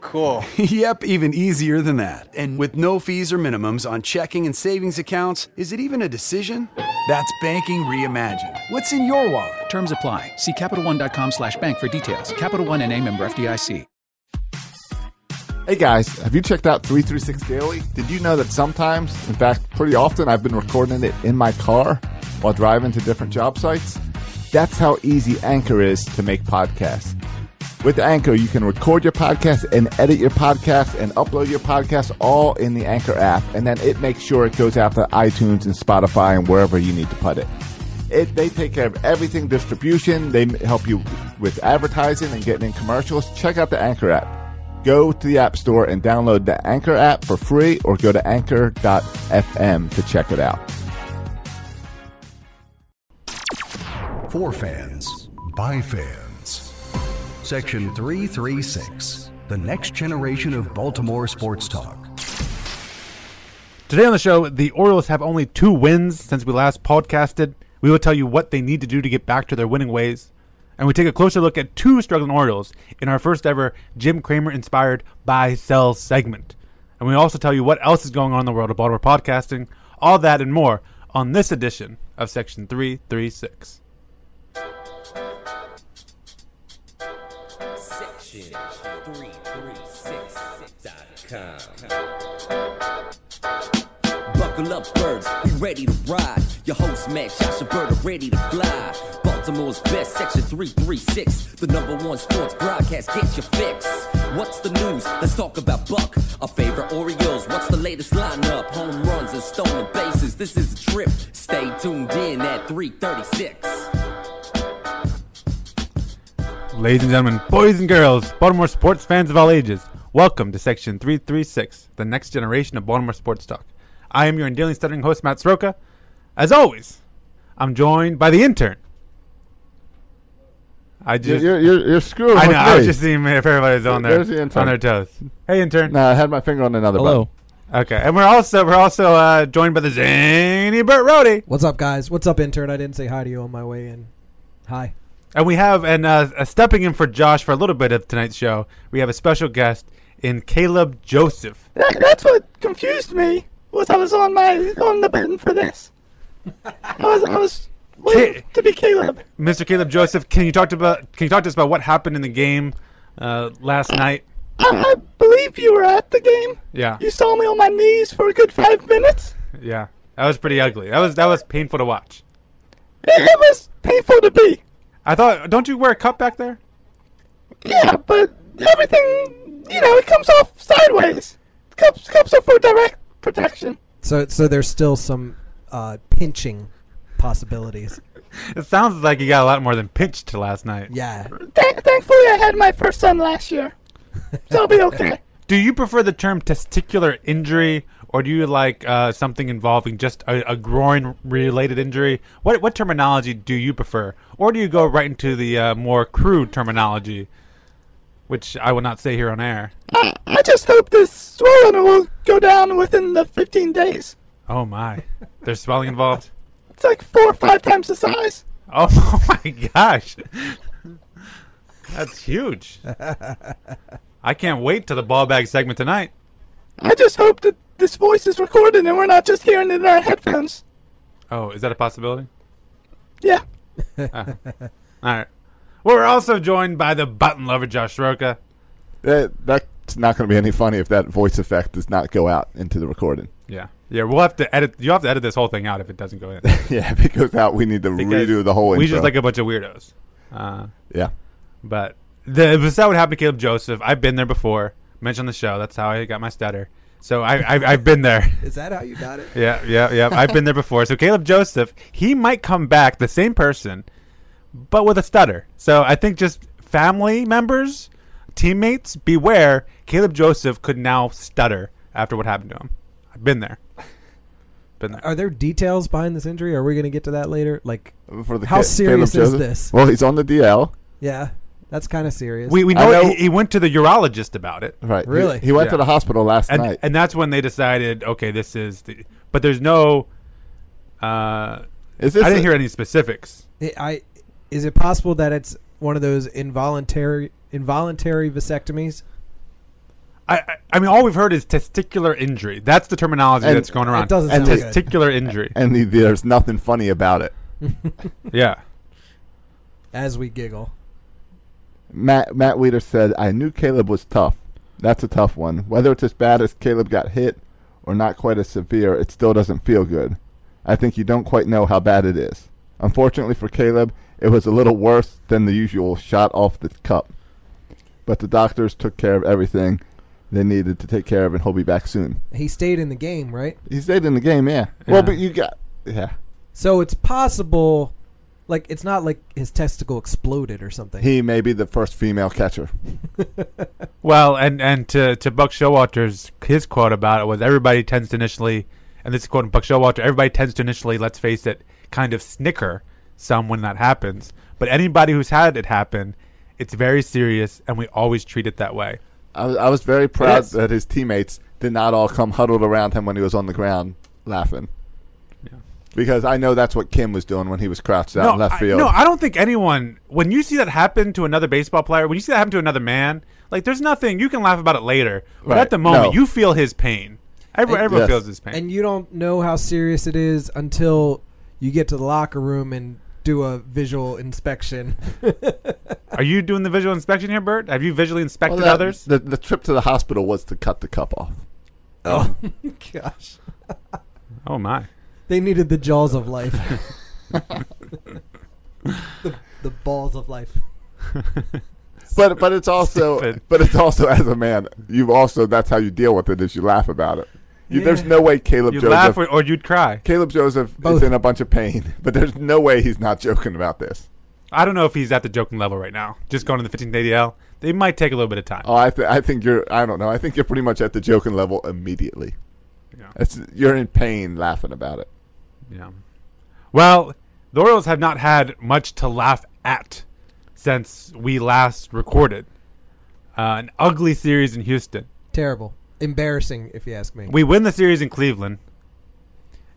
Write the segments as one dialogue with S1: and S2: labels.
S1: Cool.
S2: yep, even easier than that. And with no fees or minimums on checking and savings accounts, is it even a decision? That's banking reimagined. What's in your wallet?
S3: Terms apply. See CapitalOne.com slash bank for details. Capital One and a member FDIC.
S4: Hey guys, have you checked out 336 Daily? Did you know that sometimes, in fact, pretty often, I've been recording it in my car while driving to different job sites? That's how easy Anchor is to make podcasts. With Anchor, you can record your podcast and edit your podcast and upload your podcast all in the Anchor app, and then it makes sure it goes out to iTunes and Spotify and wherever you need to put it. It, they take care of everything distribution. They m- help you with advertising and getting in commercials. Check out the Anchor app. Go to the App Store and download the Anchor app for free or go to anchor.fm to check it out.
S5: For fans, by fans. Section 336, the next generation of Baltimore sports talk.
S6: Today on the show, the Orioles have only two wins since we last podcasted. We will tell you what they need to do to get back to their winning ways. And we take a closer look at two struggling Orioles in our first ever Jim Kramer inspired buy sell segment. And we also tell you what else is going on in the world of Baltimore podcasting, all that and more on this edition of Section 336.
S7: Buckle up, birds, be ready to ride. Your host, Max Shashabird, ready to fly. Baltimore's best, section 336. The number one sports broadcast, get your fix. What's the news? Let's talk about Buck. Our favorite Orioles, what's the latest lineup? Home runs and stolen bases, this is a trip. Stay tuned in at 336.
S6: Ladies and gentlemen, boys and girls, Baltimore sports fans of all ages, welcome to Section 336, the next generation of Baltimore sports talk. I am your endearingly stuttering host, Matt Sroka. As always, I'm joined by the intern. I
S4: You're,
S6: just,
S4: you're, you're, you're screwing
S6: I
S4: with
S6: know, I was
S4: me.
S6: just seeing if everybody's on their,
S4: There's the intern.
S6: on their toes. Hey, intern.
S4: No, I had my finger on another
S8: Hello.
S6: Okay, and we're also we're also uh, joined by the zany Burt Rohde,
S8: What's up, guys? What's up, intern? I didn't say hi to you on my way in. Hi.
S6: and we have and uh, uh, stepping in for Josh for a little bit of tonight's show. We have a special guest in Caleb Joseph.
S1: That, that's what confused me was I was on my on the button for this. I was I was waiting to be Caleb.
S6: Mr. Caleb Joseph, can you talk to about can you talk to us about what happened in the game uh, last night?
S1: I, I believe you were at the game.
S6: Yeah,
S1: You saw me on my knees for a good five minutes.
S6: yeah, that was pretty ugly. That was that was painful to watch.
S1: It, it was painful to be.
S6: I thought, don't you wear a cup back there?
S1: Yeah, but everything you know it comes off sideways. Cups cups are for direct protection.
S8: So, so there's still some uh, pinching possibilities.
S6: It sounds like you got a lot more than pinched last night.
S8: Yeah.
S1: Th- thankfully, I had my first son last year, so I'll be okay.
S6: Do you prefer the term testicular injury, or do you like uh, something involving just a, a groin-related injury? What what terminology do you prefer, or do you go right into the uh, more crude terminology, which I will not say here on air?
S1: I, I just hope this swelling will go down within the 15 days.
S6: Oh my, there's swelling involved.
S1: It's like four or five times the size.
S6: Oh, my gosh. That's huge. I can't wait to the ball bag segment tonight.
S1: I just hope that this voice is recorded and we're not just hearing it in our headphones.
S6: Oh, is that a possibility? Ah.
S1: Yeah.
S6: All right. Well, we're also joined by the button lover, Josh Roca.
S4: That, that's not going to be any funny if that voice effect does not go out into the recording.
S6: Yeah. Yeah, we'll have to edit. You'll have to edit this whole thing out if it doesn't go in.
S4: Yeah, if it goes out, we need to
S6: Because
S4: redo the whole
S6: We
S4: intro.
S6: just like a bunch of weirdos. Uh,
S4: yeah.
S6: but the, this is how it happened to Caleb Joseph. I've been there before. Mentioned the show. That's how I got my stutter. So I, I, I've been there.
S8: Is that how you got it?
S6: Yeah, yeah, yeah. I've been there before. So Caleb Joseph, he might come back the same person, but with a stutter. So I think just family members, teammates, beware. Caleb Joseph could now stutter after what happened to him. I've been there. Been there.
S8: Are there details behind this injury? Are we going to get to that later? Like,
S4: For the
S8: how
S4: Ca-
S8: serious
S4: Caleb
S8: is
S4: Joseph.
S8: this?
S4: Well, he's on the DL.
S8: Yeah, that's kind of serious.
S6: We, we
S4: I
S6: know,
S4: know-
S6: He, he went to the urologist about it.
S4: Right. He-
S8: Really?
S4: He, went
S6: Yeah.
S4: to the hospital last
S6: and
S4: night.
S6: and that's when they decided, okay, this is the. But there's no. Uh,
S4: Is this
S6: I didn't
S4: a-
S6: hear any specifics.
S8: I- I is it possible that it's one of those involuntary involuntary vasectomies?
S6: I, I, I mean, all we've heard is testicular injury. That's the terminology
S4: And-
S6: that's going around.
S8: It doesn't
S4: And
S8: sound
S4: his
S8: good.
S6: testicular injury.
S4: and the, there's nothing funny about it.
S6: yeah.
S8: As we giggle,
S4: Matt Matt Weeder said, "I knew Caleb was tough. That's a tough one. Whether it's as bad as Caleb got hit or not quite as severe, it still doesn't feel good. I think you don't quite know how bad it is. Unfortunately for Caleb, it was a little worse than the usual shot off the cup. But the doctors took care of everything they needed to take care of, and he'll be back soon.
S8: he stayed in the game, right?
S4: He stayed in the game, yeah. Well, but you got yeah.
S8: So it's possible, like it's not like his testicle exploded or something.
S4: He may be the first female catcher.
S6: Well, and and to to Buck Showalter's his quote about it was everybody tends to initially, and this is quoting Buck Showalter, everybody tends to initially, let's face it, kind of snicker some when that happens. But anybody who's had it happen, it's very serious, and we always treat it that way.
S4: I, was- I was very proud
S6: Yes.
S4: that his teammates did not all come huddled around him when he was on the ground laughing. Because I know that's what Kim was doing when he was crouched out in left
S6: I,
S4: field.
S6: no, I don't think anyone. When you see that happen to another baseball player, when you see that happen to another man, like there's nothing you can laugh about it later. But
S4: Right,
S6: at the moment,
S4: no.
S6: you feel his pain. Everyone,
S8: And-
S4: Yes.
S6: everyone feels his pain.
S8: and you don't know how serious it is until you get to the locker room and do a visual inspection.
S6: Are you doing the visual inspection here, Bert? Have you visually
S4: Well,
S6: inspected
S4: that-
S6: others?
S4: The, the trip to the hospital was to cut the cup off.
S8: oh gosh,
S6: Oh my.
S8: they needed the jaws of life, the, the balls of life.
S4: But but it's also
S6: Stupid.
S4: but it's also as a man, you've also that's how you deal with it is you laugh about it. You, There's
S8: Yeah.
S4: no way Caleb
S6: You
S4: Joseph
S6: laugh or, or you'd cry.
S4: Caleb Joseph is
S8: Both.
S4: in a bunch of pain, but there's no way he's not joking about this.
S6: I don't know if he's at the joking level right now. Just going to the 15th ADL, they might take a little bit of time.
S4: Oh, I, th- I think you're. I don't know. I think you're pretty much at the joking level immediately.
S6: Yeah.
S4: It's, you're in pain laughing about it.
S6: Yeah. Well, the Orioles have not had much to laugh at since we last recorded. Uh, an ugly series in Houston.
S8: Terrible, embarrassing, if you ask me.
S6: We win the series in Cleveland,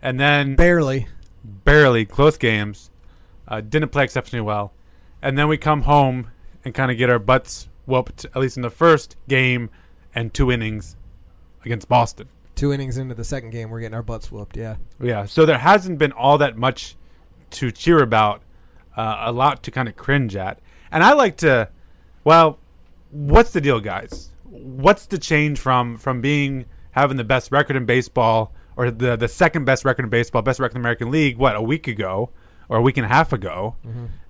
S6: and then
S8: barely.
S6: barely close games. Uh, didn't play exceptionally well, and then we come home and kind of get our butts whooped at least in the first game and two innings against Boston.
S8: Two innings into the second game, we're getting our butts whooped. Yeah,
S6: Yeah, so there hasn't been all that much to cheer about, uh, a lot to kind of cringe at. And I like to, well, what's the deal, guys? What's the change from from being having the best record in baseball or the the second best record in baseball, best record in the American League, what a week ago or a week and a half ago,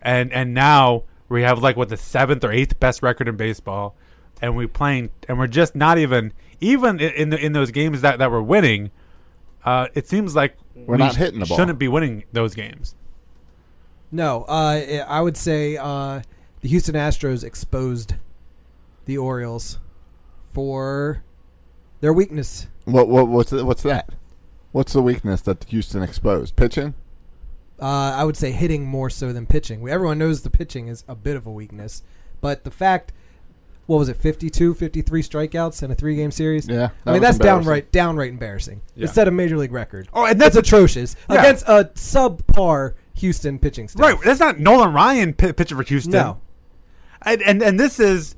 S6: and and now we have like what the seventh or eighth best record in baseball, and we playing and we're just not even even in in, the, in those games that that we're winning. Uh, it seems like we're
S4: not hitting the ball.
S6: Uh, Shouldn't be winning those games.
S8: no, uh, I- I would say uh, the Houston Astros exposed the Orioles for their weakness.
S4: What what what's th- what's that? What's the weakness that Houston exposed? Pitching.
S8: uh, I would say hitting more so than pitching. We- Everyone knows the pitching is a bit of a weakness, but the fact, what was it, 52, 53 strikeouts in a three game series?
S4: Yeah, that
S8: I mean,
S4: was
S8: that's
S4: embarrassing.
S8: downright downright embarrassing. It set a major league record.
S6: Oh, and that's
S8: It's atrocious
S6: Yeah.
S8: against a subpar Houston pitching staff.
S6: Right. That's not Nolan Ryan p- pitching for Houston.
S8: No.
S6: And, and and this is,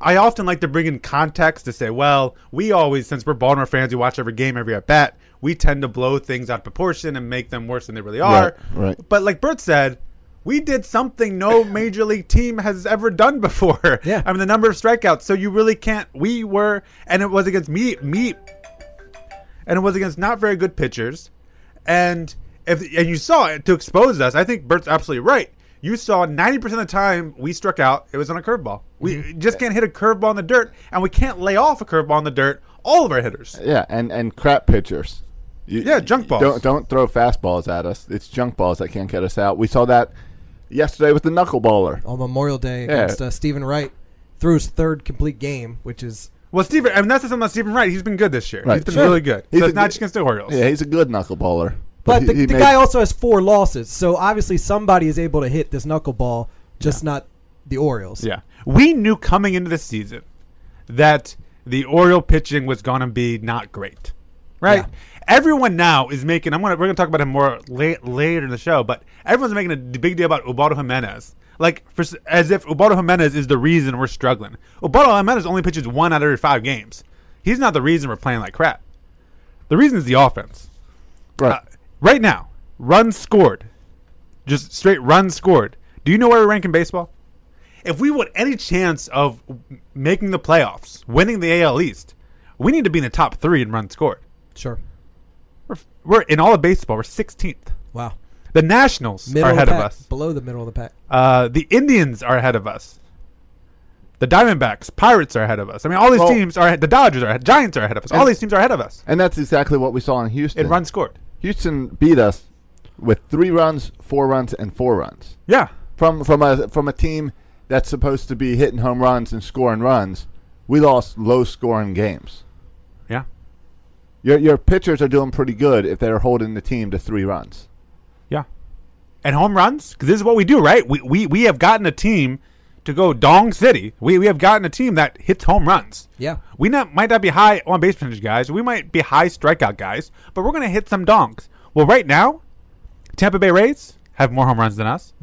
S6: I often like to bring in context to say, well, we always, since we're Baltimore fans, we watch every game, every at bat, we tend to blow things out of proportion and make them worse than they really are.
S4: right.
S6: But like Bert said. We did something no major league team has ever done before.
S8: Yeah.
S6: I mean the number of strikeouts. So you really can't. We were, and it was against me, me, and it was against not very good pitchers. And if and you saw it to expose us, I think Bert's absolutely right. You saw 90% of the time we struck out, it was on a curveball. We
S4: Mm-hmm.
S6: just can't hit a curveball in the dirt, and we can't lay off a curveball in the dirt. All of our hitters.
S4: Yeah, and and crap pitchers. You-
S6: Yeah, junk
S4: you
S6: balls.
S4: Don't don't throw fastballs at us. It's junk balls that can't get us out. We saw that yesterday with the knuckleballer.
S8: on Memorial Day
S4: Yeah.
S8: against uh, Stephen Wright, threw his third complete game, which is
S6: Well, Steven, I mean, that's the something about Steven Wright. He's been good this year.
S4: Right.
S6: He's been
S4: Sure.
S6: really good.
S4: He's
S6: so
S4: a
S6: it's not
S4: good-
S6: just against the Orioles.
S4: Yeah, he's a good knuckleballer.
S8: But
S4: he-
S8: the,
S4: he
S8: the
S4: made-
S8: guy also has four losses, so obviously somebody is able to hit this knuckleball, just not the Orioles.
S6: Yeah. We knew coming into the season that the Oriole pitching was going to be not great. Right? Everyone now is making I'm going to we're going to talk about him more late, later in the show, but everyone's making a d- big deal about Ubaldo Jimenez. Like for, s- as if Ubaldo Jimenez is the reason we're struggling. Ubaldo Jimenez only pitches one out of every 5 games. He's not the reason we're playing like crap. The reason is the offense.
S4: Right.
S6: Uh, right now, runs scored. Just straight runs scored. Do you know where we rank in baseball? If we want any chance of w- making the playoffs, winning the AL East, we need to be in the top three in runs scored.
S8: Sure.
S6: We're, we're in all of baseball. We're 16th.
S8: Wow.
S6: The Nationals
S8: Middle
S6: are ahead
S8: the
S6: of,
S8: pack,
S6: us.
S8: Below the middle of the pack.
S6: Uh, the Indians are ahead of us. The Diamondbacks, Pirates are ahead of us. I mean, all these
S4: Well-
S6: teams are. ahead- The Dodgers are. ahead. Giants are ahead of us. All
S4: And-
S6: these teams are ahead of us.
S4: and that's exactly what we saw in Houston.
S6: It runs scored.
S4: Houston beat us with three runs, four runs, and four runs
S6: Yeah.
S4: from from a from a team that's supposed to be hitting home runs and scoring runs. We lost low scoring games.
S6: Yeah.
S4: Your your pitchers are doing pretty good if they're holding the team to three runs.
S6: Yeah. And home runs? Because this is what we do, right? We, we we have gotten a team to go Dong City. We we have gotten a team that hits home runs.
S8: Yeah.
S6: We not might not be high on base percentage guys. We might be high strikeout guys, but we're gonna hit some donks. Well, right now, Tampa Bay Rays have more home runs than us.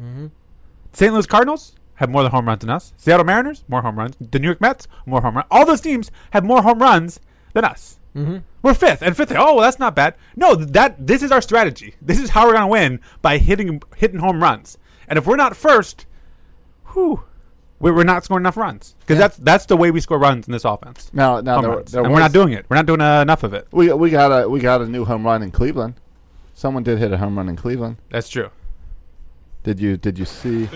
S6: St. Louis Cardinals have more than home runs than us. Seattle Mariners more home runs. The New York Mets more home runs. All those teams have more home runs than us. Mm-hmm. We're fifth and fifth. Oh, well, that's not bad. No, that this is our strategy. This is how we're gonna win by hitting hitting home runs. And if we're not first, whew, we- we're not scoring enough runs because that's that's the way we score runs in this offense.
S4: Now now
S6: Home
S4: there,
S6: runs.
S4: there
S6: and we're not
S4: was-
S6: doing it. We're not doing uh, enough of it.
S4: We we got a we got a new home run in Cleveland. Someone did hit a home run in Cleveland.
S6: That's true.
S4: Did you did you see?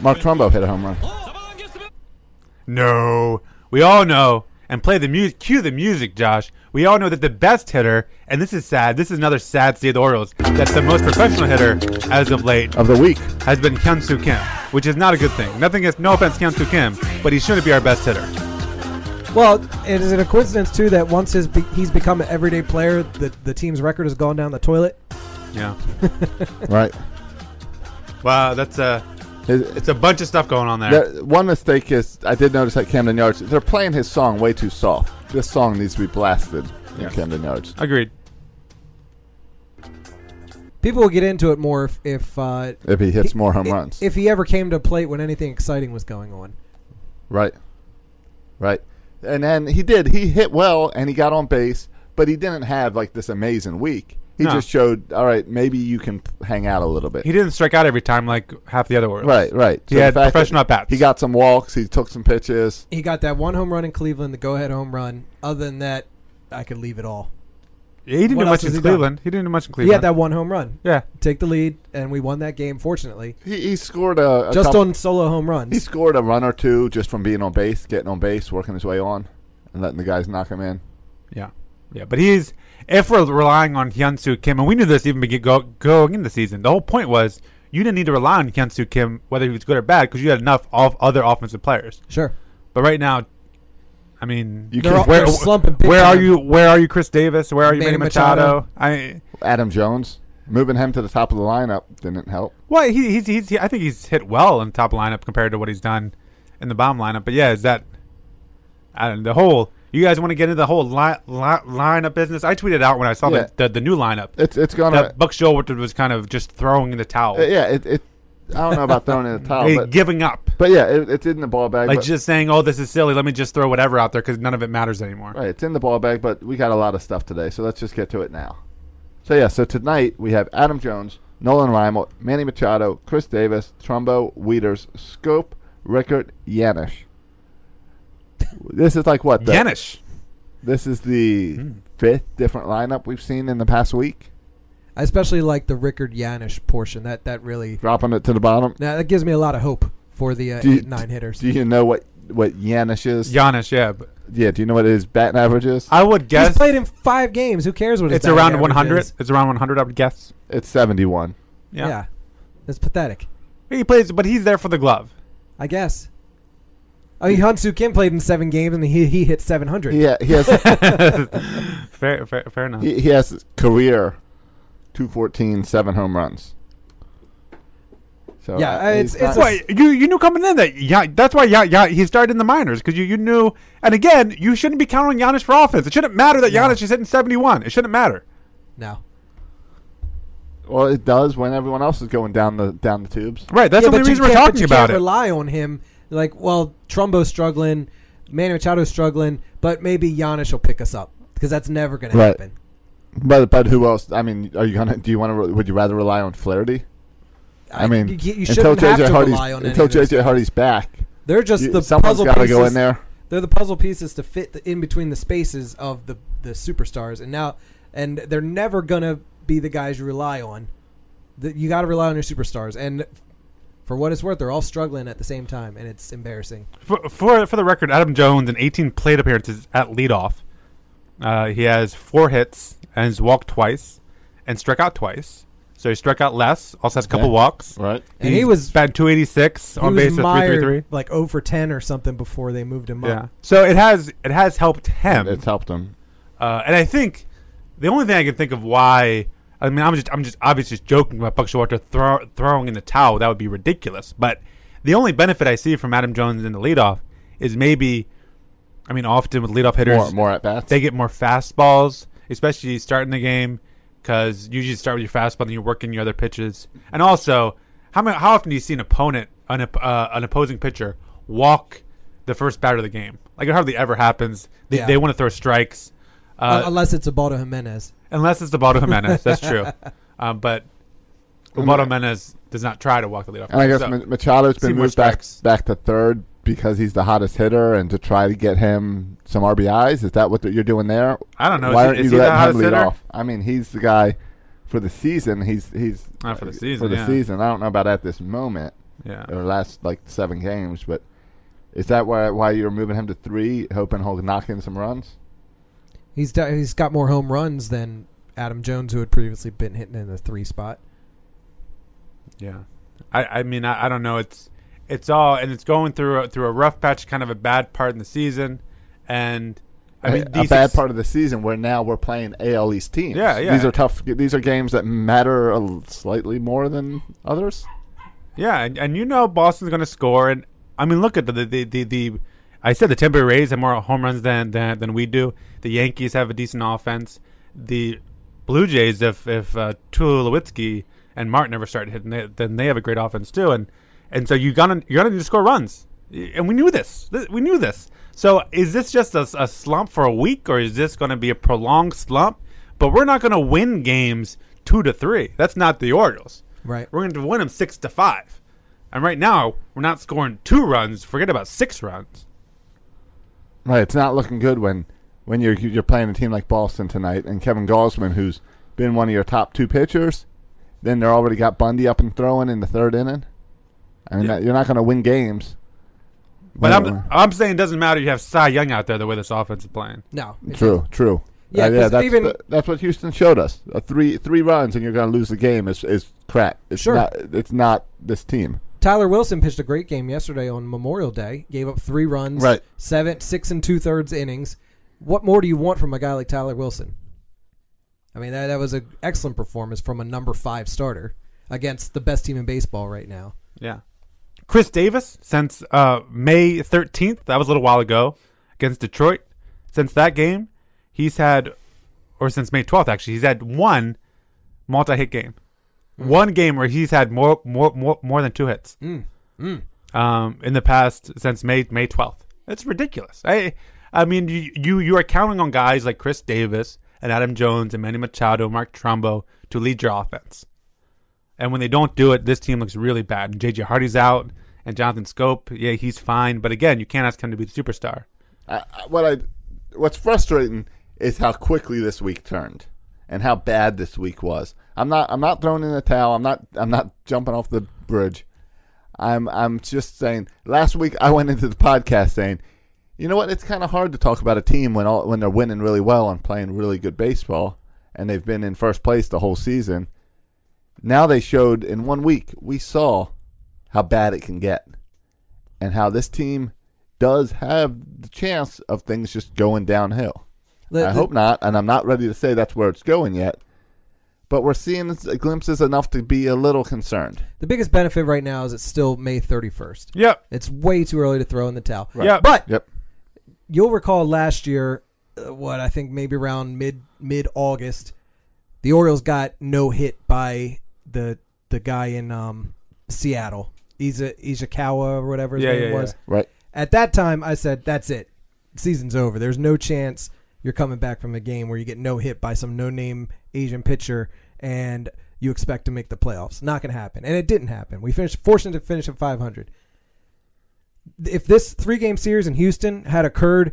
S4: Mark Trumbo hit a home run.
S6: No, we all know and play the music. Cue the music, Josh. We all know that the best hitter, and this is sad. This is another sad state of the Orioles. That the most professional hitter as of late
S4: of the week.
S6: has been Kyunsu Kim, which is not a good thing. Nothing is no offense, Kyunsu Kim, but he shouldn't be our best hitter.
S8: Well, it is it a coincidence too that once his be- he's become an everyday player, the the team's record has gone down the toilet.
S6: Yeah.
S4: Right.
S6: Wow, that's a
S4: His-
S6: it's a bunch of stuff going on there.
S4: That- one mistake is I did notice at Camden Yards they're playing his song way too soft. This song needs to be blasted in Camden Yards.
S6: Agreed.
S8: People will get into it more if if, uh,
S4: If he hits more home
S8: i-
S4: runs,
S8: If he ever came to plate when anything exciting was going on.
S4: right, right, and then he did. He hit well and he got on base, but he didn't have like this amazing week. He
S6: No.
S4: just showed, all right, maybe you can hang out a little bit.
S6: He didn't strike out every time like half the other Orioles.
S4: Right, right.
S6: He
S4: So the
S6: had
S4: fact that
S6: professional at-bats.
S4: He got some walks. He took some pitches.
S8: He got that one home run in Cleveland, the go ahead home run. Other than that, I could leave it all.
S6: He didn't
S8: What
S6: do
S8: else
S6: much
S8: has
S6: in
S8: he done?
S6: Cleveland. He didn't do much in
S8: He had
S6: Cleveland.
S8: that one home run.
S6: yeah.
S8: Take the lead, and we won that game. Fortunately,
S4: He, he scored a, a
S8: just
S4: couple-
S8: on solo home runs.
S4: He scored a run or two just from being on base, getting on base, working his way on, and letting the guys knock him in.
S6: Yeah, yeah, but he's if we're relying on Hyunsu Kim, and we knew this even begin, go, going into the season. The whole point was you didn't need to rely on Hyunsu Kim whether he was good or bad because you had enough of other offensive players.
S8: sure.
S6: But right now, I mean,
S4: You
S8: They're
S4: can
S8: all-
S6: where,
S8: they're slumping big
S6: where are
S8: time.
S6: you? Where are you, Chris Davis? Where are you,
S8: Manny
S6: Manny
S8: Machado.
S6: Machado? I
S4: Adam Jones moving him to the top of the lineup didn't help.
S6: well, he, he's he's he, I think he's hit well in the top lineup compared to what he's done in the bottom lineup. But yeah, is that I don't know, the whole? You guys want to get into the whole li- li- lineup business? I tweeted out when I saw
S4: Yeah.
S6: the, the the new lineup.
S4: It's it's gonna
S6: that Buck Showalter was kind of just throwing in the towel,
S4: uh, yeah. It, it I don't know about throwing in the towel,
S6: Hey,
S4: but,
S6: giving up,
S4: but yeah, it, it's in the ball bag.
S6: like
S4: but-
S6: just saying, "Oh, this is silly. Let me just throw whatever out there because none of it matters anymore."
S4: right, it's in the ball bag. But we got a lot of stuff today, so let's just get to it now. So yeah, so tonight we have Adam Jones, Nolan Rymel, Manny Machado, Chris Davis, Trumbo, Weeders, Scope, Rickard Yanish. This is like what? The,
S6: Yanish.
S4: This is the
S6: Hmm.
S4: fifth different lineup we've seen in the past week.
S8: I especially like the Rickard Yanish portion. That that really
S4: Dropping it to the bottom.
S8: now, that gives me a lot of hope for the uh,
S4: Do you-
S8: eight nine hitters.
S4: Do you know what what Yanish is?
S6: Giannis, yeah. but
S4: yeah. Do you know what his batting average is?
S6: I would
S8: He's
S6: guess
S8: played in five games. Who cares what his
S6: it's
S8: batting
S6: around
S8: average
S6: 100.
S8: is?
S6: It's around 100, I would guess.
S4: It's seventy-one.
S8: Yeah. that's pathetic.
S6: He plays, but he's there for the glove.
S8: I guess. I mean, Hunsu Kim played in seven games and he he hit seven hundred.
S4: Yeah, he has
S6: Fair, fair, fair enough.
S4: he, he has career 214, seven home runs. So
S8: Yeah,
S4: uh,
S8: uh, it's-
S4: he's not-
S8: it's
S6: Why you you knew coming in that yeah that's why yeah yeah he started in the minors because you, you knew and again you shouldn't be counting on Giannis for offense. It shouldn't matter that Giannis is hitting seventy one. It shouldn't matter.
S8: No.
S4: well, it does when everyone else is going down the down the tubes.
S6: Right. That's
S8: Yeah,
S6: the
S8: but
S6: only
S8: you
S6: reason we're
S8: can't- but
S6: talking
S8: you
S6: about
S8: can't
S6: it.
S8: Rely on him. Like, well, Trumbo's struggling, Manny Machado's struggling, but maybe Giannis will pick us up because that's never going to
S4: Right.
S8: happen.
S4: But but who else? I mean, are you gonna? Do you want to? Would you rather rely on Flaherty? I mean,
S8: you, you
S4: until
S8: shouldn't have
S4: JJ
S8: to
S4: Hardy's
S8: rely on any
S4: until
S8: of those.
S4: JJ Hardy's back,
S8: They're just
S4: you-
S8: the
S4: someone's
S8: puzzle
S4: got to
S8: pieces.
S4: go in there.
S8: They're the puzzle pieces to fit the, in between the spaces of the the superstars, and now and they're never gonna be the guys you rely on. The, you got to rely on your superstars, and for what it's worth, they're all struggling at the same time, and it's embarrassing.
S6: For, for for the record, Adam Jones in 18 plate appearances at leadoff, uh, he has four hits and has walked twice and struck out twice. So he struck out less. Also has a couple
S4: Yeah.
S6: walks.
S4: Right.
S8: And he
S6: He's
S8: was-
S6: batted 286
S8: he
S6: on
S8: was
S6: base at
S8: mired
S6: 333.
S8: like 0 for 10 or something before they moved him
S6: Yeah.
S8: up.
S6: So it has it has helped him.
S4: It's helped him.
S6: Uh, and I think the only thing I can think of why I mean I'm just I'm just obviously just joking about Buck Showalter throw, throwing in the towel that would be ridiculous. But the only benefit I see from Adam Jones in the leadoff is maybe I mean often with leadoff hitters
S4: More more at bats.
S6: they get more fastballs, especially starting the game because usually you start with your fastball and you work in your other pitches. And also, how many, how often do you see an opponent an op- uh, an opposing pitcher walk the first batter of the game? Like it hardly ever happens. They,
S8: Yeah.
S6: they want to throw strikes.
S8: Un-
S6: Uh,
S8: Unless it's Abaldo Jimenez.
S6: Unless it's the Baldo Jimenez, that's true. Um, but Baldo Jimenez does not try to walk the leadoff.
S4: And I
S6: man,
S4: guess
S6: so-
S4: Ma- Machado's
S6: see
S4: been
S6: more
S4: moved back,
S6: strikes.
S4: back to third because he's the hottest hitter, and to try to get him some RBIs. Is that what you're doing there?
S6: I don't know.
S4: Why
S6: Is he-
S4: aren't
S6: is
S4: you
S6: he the
S4: letting
S6: hottest
S4: him lead
S6: hitter?
S4: off? I mean, he's the guy for the season. He's he's
S6: Not for the
S4: uh,
S6: season,
S4: For the
S6: yeah.
S4: season, I don't know about at this moment
S6: yeah.
S4: or last like seven games, but is that why why you're moving him to three, hoping he'll knock in some runs?
S8: He's do- he's got more home runs than Adam Jones, who had previously been hitting in the three spot.
S6: Yeah, I, I mean I, I don't know it's it's all and it's going through a, through a rough patch, kind of a bad part in the season, and I mean
S4: a, a
S6: these
S4: bad
S6: suc-
S4: part of the season where now we're playing AL East teams.
S6: Yeah, yeah.
S4: These are tough. These are games that matter a l- slightly more than others.
S6: Yeah, and, and you know Boston's going to score, and I mean look at the the, the the the I said the Tampa Bay Rays have more home runs than, than than we do. The Yankees have a decent offense. The Blue Jays, if if uh, Tulowitzki and Martin ever started hitting, they, then they have a great offense too. And and so you gotta you gotta need to score runs, Y- and we knew this. Th- We knew this. So is this just a, s- a slump for a week, or is this going to be a prolonged slump? But we're not going to win games two to three. That's not the Orioles.
S8: Right.
S6: We're going to win them six to five. And right now, we're not scoring two runs. Forget about six runs.
S4: Right, it's not looking good when when you're you're playing a team like Boston tonight, and Kevin Gausman, who's been one of your top two pitchers, then they're already got Bundy up and throwing in the third inning. I mean, that, you're not going to win games.
S6: But
S4: Yeah.
S6: I'm, I'm saying it doesn't matter. You have Cy Young out there the way this offense is playing.
S8: No, it's
S4: true, true. Uh,
S8: Yeah, 'cause
S4: that's
S8: even-
S4: the- that's what Houston showed us. Uh, three three runs, and you're going to lose the game is is crap. It's
S8: Sure.
S4: not, it's not this team.
S8: Tyler Wilson pitched a great game yesterday on Memorial Day. Gave up three runs,
S4: Right.
S8: Seven, six and two thirds innings. What more do you want from a guy like Tyler Wilson? I mean, that, that was an excellent performance from a number five starter against the best team in baseball right now.
S6: Yeah. Chris Davis, since uh, May 13th, that was a little while ago, against Detroit, since that game, he's had, or since May 12th, actually, he's had one multi hit game. One game where he's had more more more, more than two hits Um, in the past since May May 12th. It's ridiculous. I I mean, you, you you are counting on guys like Chris Davis and Adam Jones and Manny Machado, Mark Trumbo to lead your offense. And when they don't do it, this team looks really bad. JJ Hardy's out, And Jonathan Scope, yeah, he's fine, but again, you can't ask him to be the superstar.
S4: I, I- what I what's frustrating is how quickly this week turned and how bad this week was. I'm not I'm not throwing in the towel. I'm not I'm not jumping off the bridge. I'm I'm just saying last week I went into the podcast saying, you know what, it's kind of hard to talk about a team when all, when they're winning really well and playing really good baseball and they've been in first place the whole season. Now they showed in one week we saw how bad it can get and how this team does have the chance of things just going downhill.
S8: Let-
S4: I hope not, and I'm not ready to say that's where it's going yet. But we're seeing s- glimpses enough to be a little concerned.
S8: The biggest benefit right now is it's still May 31st.
S6: Yep.
S8: It's way too early to throw in the towel.
S4: Right. Yep.
S8: But
S4: Yep.
S8: you'll recall last year, uh, what I think maybe around mid mid August, the Orioles got no hit by the the guy in um, Seattle, Iza Izakawa or whatever his
S6: Yeah,
S8: name
S6: yeah,
S8: was.
S4: Right.
S8: At that time, I said, "That's it. Season's over. There's no chance you're coming back from a game where you get no hit by some no-name Asian pitcher and you expect to make the playoffs. Not going to happen." And it didn't happen. We finished fortunate to finish at 500. If this three-game series in Houston had occurred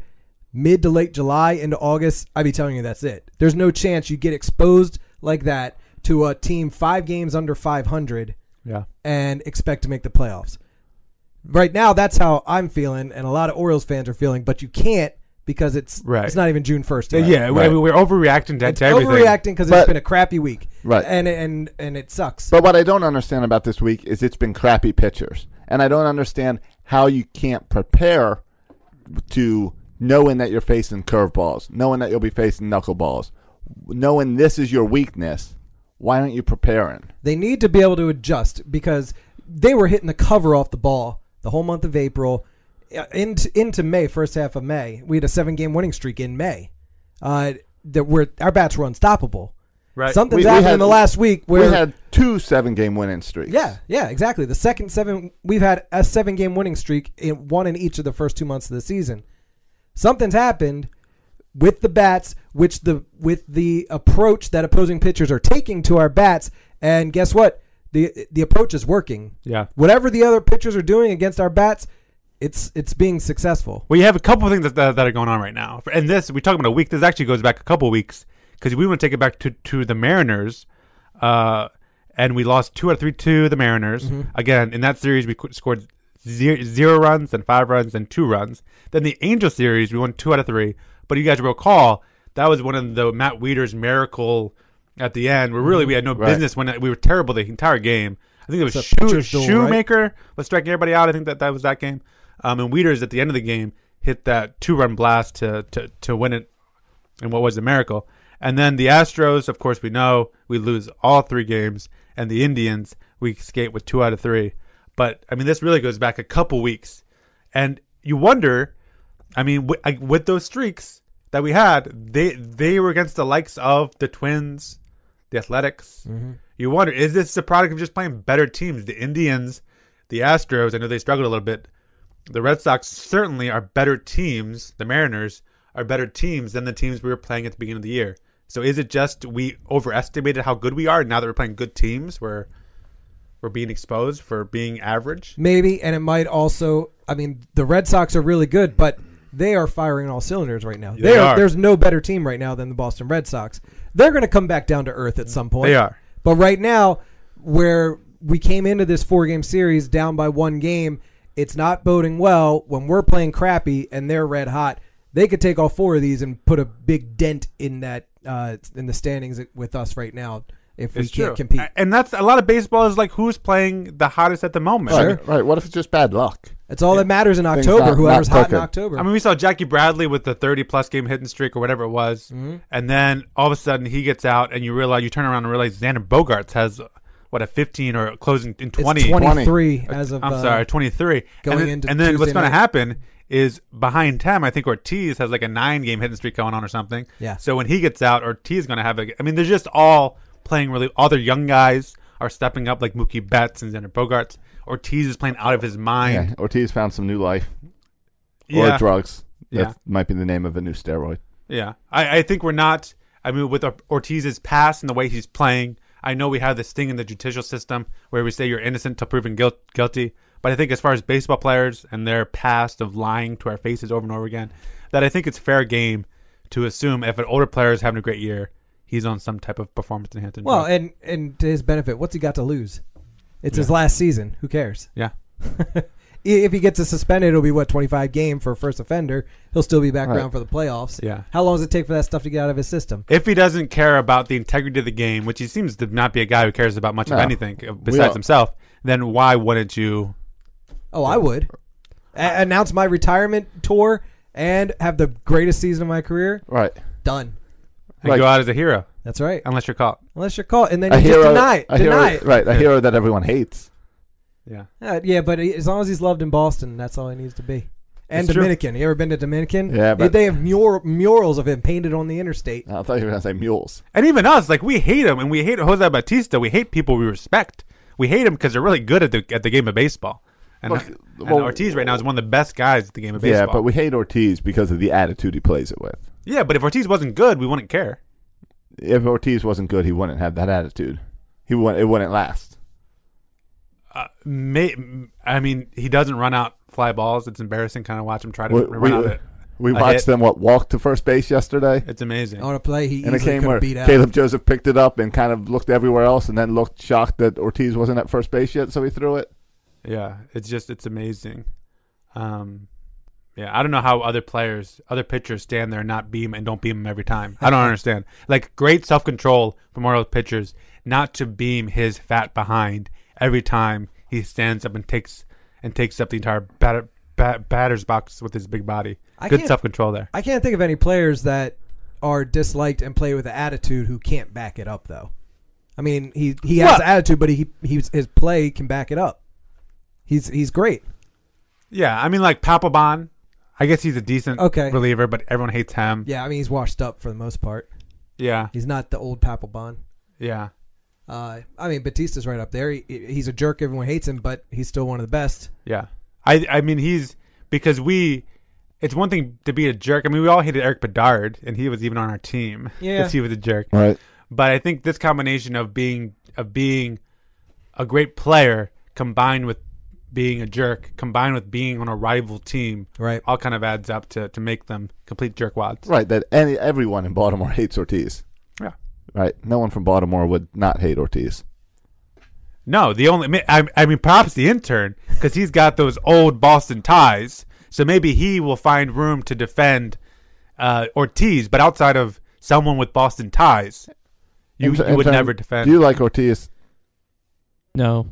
S8: mid to late July into August, I'd be telling you that's it. There's no chance you get exposed like that to a team 5 games under 500
S6: Yeah.
S8: and expect to make the playoffs. Right now, that's how I'm feeling, and a lot of Orioles fans are feeling. But you can't because it's
S6: Right.
S8: it's not even June first.
S6: Yeah, yeah we-
S4: Right.
S6: we, are overreacting to,
S8: it's
S6: to everything.
S8: overreacting because
S4: But-
S8: it's been a crappy week.
S4: Right.
S8: and and and it sucks.
S4: But what I don't understand about this week is it's been crappy pitchers, and I don't understand how you can't prepare to knowing that you're facing curveballs, knowing that you'll be facing knuckleballs, knowing this is your weakness. Why aren't you preparing?
S8: They need to be able to adjust because they were hitting the cover off the ball the whole month of April uh, into into May, first half of May. We had a seven game winning streak in May. Uh, that were our bats were unstoppable.
S6: Right.
S8: something's
S4: We- we
S8: happened
S4: had-
S8: in the last week where
S4: we had two seven-game winning streaks.
S8: Yeah, yeah, exactly. The second seven, we've had a seven game winning streak, in one in each of the first two months of the season. Something's happened with the bats, which the with the approach that opposing pitchers are taking to our bats, and guess what? the The approach is working.
S6: Yeah.
S8: Whatever the other pitchers are doing against our bats, it's it's being successful.
S6: Well, you have a couple of things that, that, that are going on right now. And this, we talk about a week. This actually goes back a couple weeks because we want to take it back to, to the Mariners. Uh, and we lost two out of three to the Mariners.
S8: Mm-hmm.
S6: Again, in that series, we qu- scored zero, zero runs, then five runs, then two runs. Then the Angel series, we won two out of three. But you guys recall that was one of the Matt Weeder's miracle at the end, where
S8: Mm-hmm.
S6: really we had no business when we were terrible the entire game. I think it was
S8: It's a
S6: Shoe,
S8: pitcher's duel, right?
S6: Shoemaker. Baker was striking everybody out. I think that that was that game. Um, and Weeders at the end of the game hit that two run blast to, to, to win it and what was a miracle. And then the Astros, of course, we know we lose all three games, and the Indians we escape with two out of three. But I mean, this really goes back a couple weeks, and you wonder. I mean, wi- I- with those streaks that we had, they they were against the likes of the Twins, the Athletics. You wonder, is this the product of just playing better teams? The Indians, the Astros. I know they struggled a little bit. The Red Sox certainly are better teams. The Mariners are better teams than the teams we were playing at the beginning of the year. So is it just we overestimated how good we are? and Now that we're playing good teams, we're we're being exposed for being average.
S8: Maybe, and it might also. I mean, the Red Sox are really good, but they are firing all cylinders right now.
S6: They are.
S8: There's no better team right now than the Boston Red Sox. They're going to come back down to earth at some point.
S6: They are.
S8: But right now, where we came into this four game series down by one game, it's not boding well when we're playing crappy and they're red hot. They could take all four of these and put a big dent in that uh, in the standings with us right now if we can't compete.
S6: A- And that's a lot of baseball is like who's playing the hottest at the moment.
S4: Right, right. What if it's just bad luck?
S8: That's all that matters in
S4: Things
S8: October.
S4: not-
S8: Whoever's
S4: not
S8: hot in
S4: cooking.
S8: October.
S6: I mean, we saw Jackie Bradley with the 30 plus game hitting streak or whatever it was.
S8: Mm-hmm.
S6: And then all of a sudden he gets out, and you realize, you turn around and realize Xander Bogarts has, what, a 15 or closing in 20.
S8: It's 23 as of
S6: I'm
S8: uh,
S6: sorry, 23.
S8: going
S6: and then,
S8: into
S6: and then what's
S8: Tuesday
S6: going to
S8: night.
S6: happen is behind him, I think Ortiz has like a nine game hitting streak going on or something.
S8: Yeah.
S6: So when he gets out, Ortiz is going to have a. I mean, they're just all playing really. All their young guys are stepping up like Mookie Betts and Xander Bogarts. Ortiz is playing out of his
S4: Yeah.
S6: mind.
S4: Ortiz found some new life
S6: Yeah.
S4: or drugs. That
S6: Yeah.
S4: might be the name of a new steroid.
S6: Yeah, I, I think we're not. I mean, with Or- Ortiz's pass and the way he's playing, I know we have this thing in the judicial system where we say you're innocent till proven guilt, guilty. But I think as far as baseball players and their past of lying to our faces over and over again, that I think it's fair game to assume if an older player is having a great year, he's on some type of performance enhancing.
S8: Well,
S6: drug.
S8: and and to his benefit, what's he got to lose? It's his
S6: Yeah.
S8: last season. Who cares?
S6: yeah.
S8: If he gets a suspended, it'll be what twenty five game for a first offender. He'll still be back
S6: Right.
S8: around for the playoffs.
S6: Yeah.
S8: How long does it take for that stuff to get out of his system?
S6: If he doesn't care about the integrity of the game, which he seems to not be a guy who cares about much
S4: No.
S6: of anything uh,
S4: don't.
S6: besides himself, then why wouldn't you?
S8: Oh, I would A- announce my retirement tour and have the greatest season of my career.
S4: Right.
S8: Done.
S6: And
S4: Like-
S6: go out as a hero,
S8: That's right.
S6: unless you're caught.
S8: Unless you're caught, and then
S4: A
S8: you
S4: hero,
S8: just deny it.
S4: a
S8: deny
S4: hero,
S8: it.
S4: right? A hero that everyone hates.
S6: Yeah.
S8: Uh, yeah, but he- as long as he's loved in Boston, that's all he needs to be. And
S6: It's true.
S8: Dominican. You ever been to Dominican?
S4: Yeah, but-
S8: they have mur- murals of him painted on the interstate.
S4: I thought you were gonna say mules.
S6: And even us, like we hate him, and we hate Jose Batista. We hate people we respect. We hate him because they're really good at the at the game of baseball. And,
S4: Look,
S6: and
S4: well-
S6: Ortiz right now is one of the best guys at the game of baseball.
S4: Yeah, but we hate Ortiz because of the attitude he plays it with.
S6: yeah, but if Ortiz wasn't good, we wouldn't care.
S4: If Ortiz wasn't good, he wouldn't have that attitude. He wouldn't. It wouldn't last.
S6: May, I mean, he doesn't run out fly balls. It's embarrassing, kind of watch him try to
S4: We,
S6: run out.
S4: we,
S6: a-
S4: we
S6: a
S4: watched
S6: hit.
S4: them what walk to first base yesterday,
S6: It's amazing.
S8: On a play, he
S4: and it
S8: easily
S4: came
S8: could
S4: where
S8: have beat out.
S4: Caleb Joseph picked it up and kind of looked everywhere else, and then looked shocked that Ortiz wasn't at first base yet, so he threw it.
S6: Yeah, it's just it's amazing. Um, yeah, I don't know how other players, other pitchers stand there and not beam and don't beam him every time. I don't understand. Like great self control from all those pitchers not to beam his fat behind every time he stands up and takes and takes up the entire batter, bat, batter's box with his big body.
S8: I
S6: Good
S8: can't-
S6: self control there.
S8: I can't think of any players that are disliked and play with an attitude who can't back it up, though. I mean, he, he has
S6: Well-
S8: the attitude, but he, he's, his play can back it up. He's he's great.
S6: Yeah, I mean like Papelbon. I guess he's a decent
S8: Okay.
S6: reliever, but everyone hates him.
S8: Yeah, I mean, he's washed up for the most part.
S6: Yeah,
S8: He's not the old Papelbon.
S6: yeah.
S8: Uh, I mean, Batista's right up there. He, he's a jerk. Everyone hates him, but he's still one of the best.
S6: Yeah. I I mean he's because we it's one thing to be a jerk. I mean we all hated Eric Bedard and he was even on our team.
S8: Yeah.
S6: 'cause he was a jerk.
S4: Right.
S6: But I think this combination of being of being a great player combined with being a jerk combined with being on a rival team
S8: Right.
S6: all kind of adds up to, to make them complete jerkwads.
S4: Right. That any everyone in Baltimore hates Ortiz.
S6: Yeah.
S4: Right. No one from Baltimore would not hate Ortiz.
S6: No, the only I mean, I, I mean perhaps the intern because he's got those old Boston ties, so maybe he will find room to defend uh, Ortiz. But outside of someone with Boston ties, you,
S4: In-
S6: you
S4: in
S6: would
S4: turn,
S6: never defend.
S4: Do you like Ortiz?
S9: No.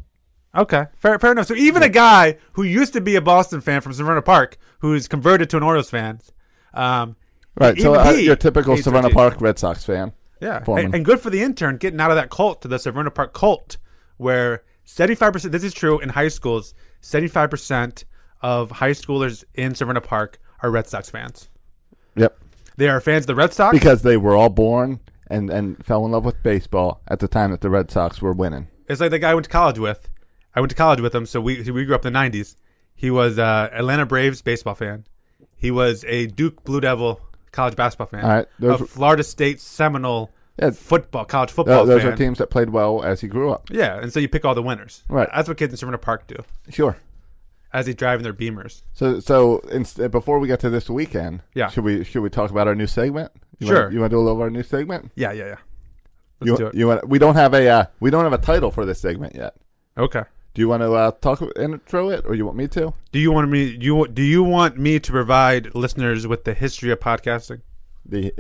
S6: okay, fair fair enough. So even a guy who used to be a Boston fan from Severna Park, who's converted to an Orioles fan, um,
S4: Right. So
S6: Even
S4: uh,
S6: he
S4: your typical
S6: hates
S4: Savannah
S6: Ortiz.
S4: Park Red Sox fan.
S6: Yeah,
S4: Foreman.
S6: and, and good for the intern getting out of that cult to the Severna Park cult, where seventy-five percent. This is true in high schools. Seventy-five percent of high schoolers in Severna Park are Red Sox fans.
S4: Yep.
S6: They are fans of the Red Sox.
S4: Because they were all born and, and fell in love with baseball at the time that the Red Sox were winning.
S6: it's like the guy I went to college with. I went to college with him, so we we grew up in the '90s. He was uh, Atlanta Braves baseball fan. He was a Duke Blue Devil college basketball fan.
S4: All right, those
S6: a
S4: were-
S6: Florida State Seminole
S4: Yeah.
S6: football college
S4: Th-
S6: football
S4: those
S6: fan.
S4: are teams that played well as he grew up.
S6: Yeah, and so you pick all the winners.
S4: Right.
S6: That's what kids in Severna Park do
S4: Sure.
S6: as they drive in their Beamers.
S4: So so inst- before we get to this weekend,
S6: Yeah.
S4: should we should we talk about our new segment? You
S6: Sure.
S4: Wanna, you want to do a little of our new segment?
S6: Yeah, yeah, yeah. Let's
S4: you,
S6: do it.
S4: You want, we don't have a uh, we don't have a title for this segment yet.
S6: okay.
S4: Do you want to uh, talk intro it, or you want me to?
S6: Do you want me? Do you do you want me to provide listeners with the history of podcasting?
S4: The,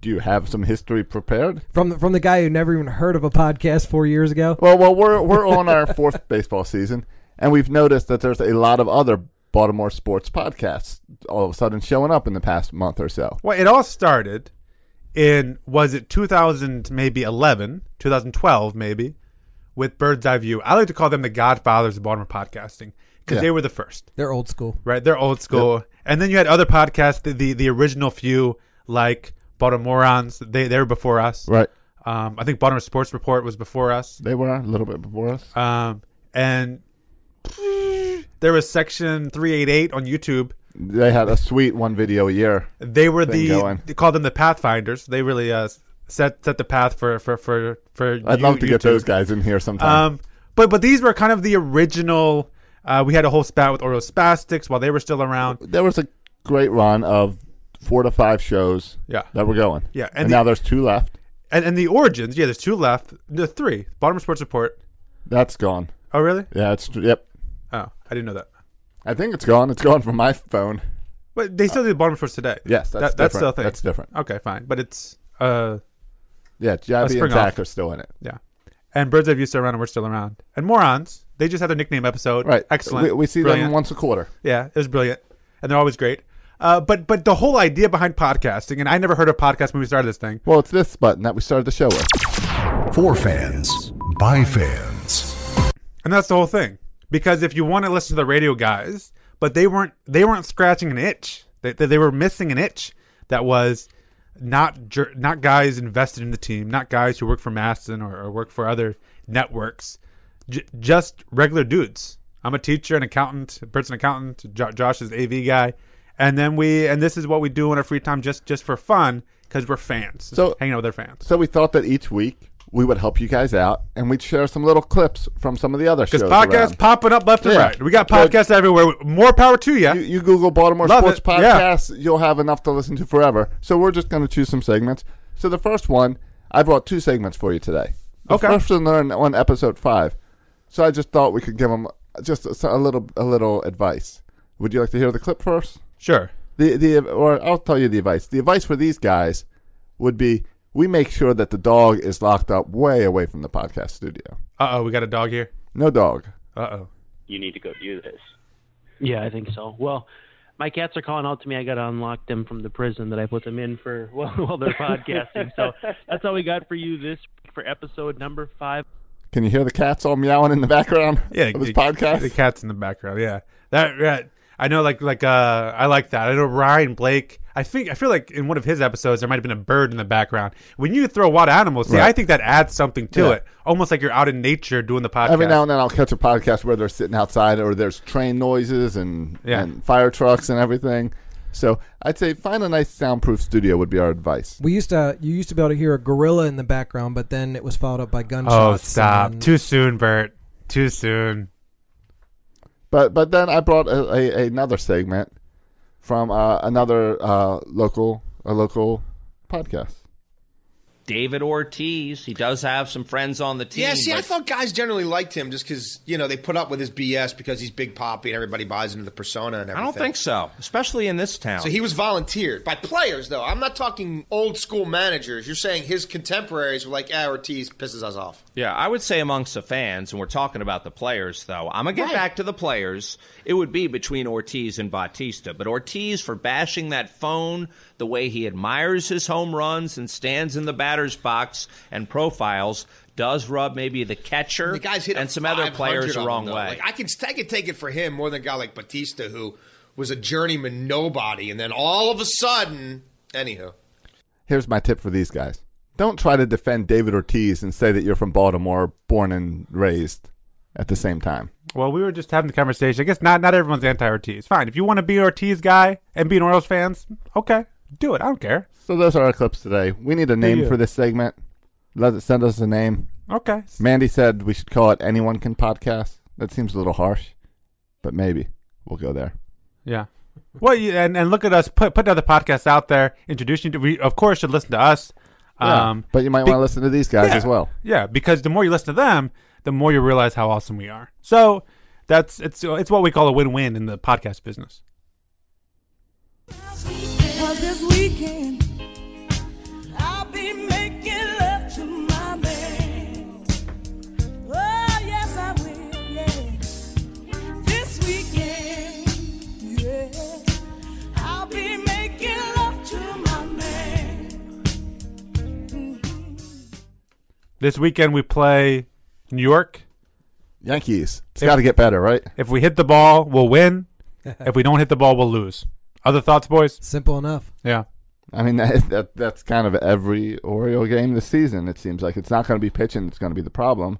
S4: do you have some history prepared?
S8: From the, from the guy who never even heard of a podcast four years ago.
S4: Well, well, we're we're on our fourth baseball season, and we've noticed that there's a lot of other Baltimore sports podcasts all of a sudden showing up in the past month or so.
S6: Well, it all started in was it 2000 maybe 11, 2012 maybe with Bird's Eye View. I like to call them the Godfathers of Baltimore podcasting because
S4: Yeah.
S6: they were the first,
S8: They're old school.
S6: right? They're old school. And then you had other podcasts, the the, the original few like Baltimoreans. They they were before us.
S4: Right,
S6: Um, I think Baltimore Sports Report was before us.
S4: they were a little bit before us.
S6: Um, and there was section 388 on YouTube.
S4: They had a sweet one video a year.
S6: They were the
S4: going.
S6: they called them the pathfinders. They really uh, set set the path for for for for.
S4: I'd
S6: you- Um,
S4: love to get
S6: YouTube.
S4: those guys in here sometime.
S6: Um, but but these were kind of the original Uh, we had a whole spat with Oreo Spastics while they were still around.
S4: There was a great run of four to five shows
S6: Yeah.
S4: that were going.
S6: Yeah,
S4: And,
S6: and
S4: now
S6: the-
S4: there's two left.
S6: And, and the origins, yeah, there's two left. The three. Bottom Sports Report.
S4: That's gone.
S6: Oh, really?
S4: Yeah, it's yep.
S6: Oh, I didn't know that.
S4: I think it's gone. It's gone from my phone.
S6: But they still do Bottom Sports today.
S4: Yes, that's
S6: That- that's
S4: different.
S6: still a thing.
S4: That's different.
S6: Okay, fine. But it's. uh
S4: Yeah,
S6: a
S4: Jabby
S6: spring
S4: and Zach
S6: off.
S4: are still in it.
S6: Yeah. And Birds Eye View still around and we're still around. And Morons, they just had their nickname episode.
S4: Right.
S6: Excellent.
S4: We- we see them
S6: Brilliant.
S4: once a quarter.
S6: Yeah, it was brilliant. And they're always great. Uh, but but the whole idea behind podcasting, and I never heard of podcast when we started this thing.
S4: Well, it's this button that we started the show with.
S5: For fans, by fans.
S6: And that's the whole thing. Because if you want to listen to the radio guys, but they weren't they weren't scratching an itch. They, they, they were missing an itch that was not jer- not guys invested in the team, not guys who work for Maston or, or work for other networks, J- just regular dudes. I'm a teacher, an accountant, Bert's an accountant, jo- Josh is AV guy, and then we and this is what we do in our free time just just for fun because we're fans,
S4: So-
S6: hanging out with our fans.
S4: So we thought that each week we would help you guys out and we'd share some little clips from some of the other shows.
S6: Because podcasts
S4: around.
S6: popping up left and
S4: Yeah.
S6: right. We got
S4: But-
S6: podcasts everywhere. More power to ya. you.
S4: You Google Baltimore
S6: Love
S4: sports
S6: it. Yeah.
S4: podcasts, you'll have enough to listen to forever. So we're just going to choose some segments. So the first one, I brought two segments for you today. The
S6: Okay.
S4: First one on, on episode five. So I just thought we could give them just a, a little a little advice. Would you like to hear the clip first?
S6: Sure.
S4: The the or I'll tell you the advice. The advice for these guys would be we make sure that the dog is locked up way away from the podcast studio.
S6: Uh oh, we got a dog here.
S4: No dog.
S6: Uh oh.
S10: you need to go do this.
S11: Yeah, I think so. Well, my cats are calling out to me. I got to unlock them from the prison that I put them in for while, while they're podcasting. So that's all we got for you this for episode number five.
S4: Can you hear the cats all meowing in the background?
S6: Yeah,
S4: of this
S6: the-
S4: podcast.
S6: The cat's in the background. Yeah, that. Yeah, I know. Like like uh, I like that. I know Ryan Blake. I think I feel like in one of his episodes there might have been a bird in the background. When you throw wild animals, see,
S4: Right.
S6: I think that adds something to
S4: Yeah.
S6: it. Almost like you're out in nature doing the podcast.
S4: Every now and then I'll catch a podcast where they're sitting outside or there's train noises and,
S6: Yeah.
S4: and fire trucks and everything. So I'd say find a nice soundproof studio would be our advice.
S8: We used to you used to be able to hear a gorilla in the background, but then it was followed up by gunshots.
S6: oh, stop!
S8: and-
S6: Too soon, Bert. Too soon.
S4: But but then I brought a, a, another segment from uh, another uh, local a local podcast.
S12: David Ortiz. He does have some friends on the team.
S13: Yeah, see, I
S12: but-
S13: thought guys generally liked him just because you know they put up with his BS because he's big poppy and everybody buys into the persona and
S12: I
S13: everything.
S12: don't think so, especially in this town.
S13: So he was volunteered by players, though. I'm not talking old school managers. You're saying his contemporaries were like, "Ah, Ortiz pisses us off."
S12: Yeah, I would say amongst the fans, and we're talking about the players, though. I'm going to get
S13: Right.
S12: back to the players. It would be between Ortiz and Bautista. But Ortiz, for bashing that phone, the way he admires his home runs and stands in the batter's box and profiles, does rub maybe the catcher
S13: The guys hit a
S12: and some other
S13: 500
S12: players the
S13: on
S12: wrong
S13: him, though.
S12: way.
S13: Like, I can I could take it for him more than a guy like Batista who was a journeyman nobody, and then all of a sudden, anywho.
S4: Here's my tip for these guys. Don't try to defend David Ortiz and say that you're from Baltimore, born and raised at the same time.
S6: Well, we were just having the conversation. I guess not not everyone's anti Ortiz. Fine. If you want to be an Ortiz guy and be an Orioles fans, okay, do it. I don't care.
S4: So those are our clips today. We need a name
S6: you?
S4: for this segment. Let it send us a name.
S6: Okay.
S4: Mandy said we should call it Anyone Can Podcast. That seems a little harsh, but maybe we'll go there.
S6: Yeah. Well, you, and and look at us put put other podcasts out there, introducing you to. We of course should listen to us.
S4: Yeah,
S6: Um,
S4: but you might
S6: be-
S4: want to listen to these guys
S6: yeah.
S4: as well.
S6: Yeah, because the more you listen to them, the more you realize how awesome we are. So that's it's it's what we call a win win in the podcast business.
S14: Cause this weekend I'll be making love to my man. Oh, yes, I will, yeah. This weekend, yeah, I'll be making love to my man.
S6: This weekend we play New York
S4: Yankees. It's got to get better, right?
S6: If we hit the ball, we'll win. if we don't hit the ball, we'll lose. Other thoughts, boys?
S8: Simple enough.
S6: Yeah.
S4: I mean that, that that's kind of every Oriole game this season. It seems like it's not going to be pitching. It's going to be the problem.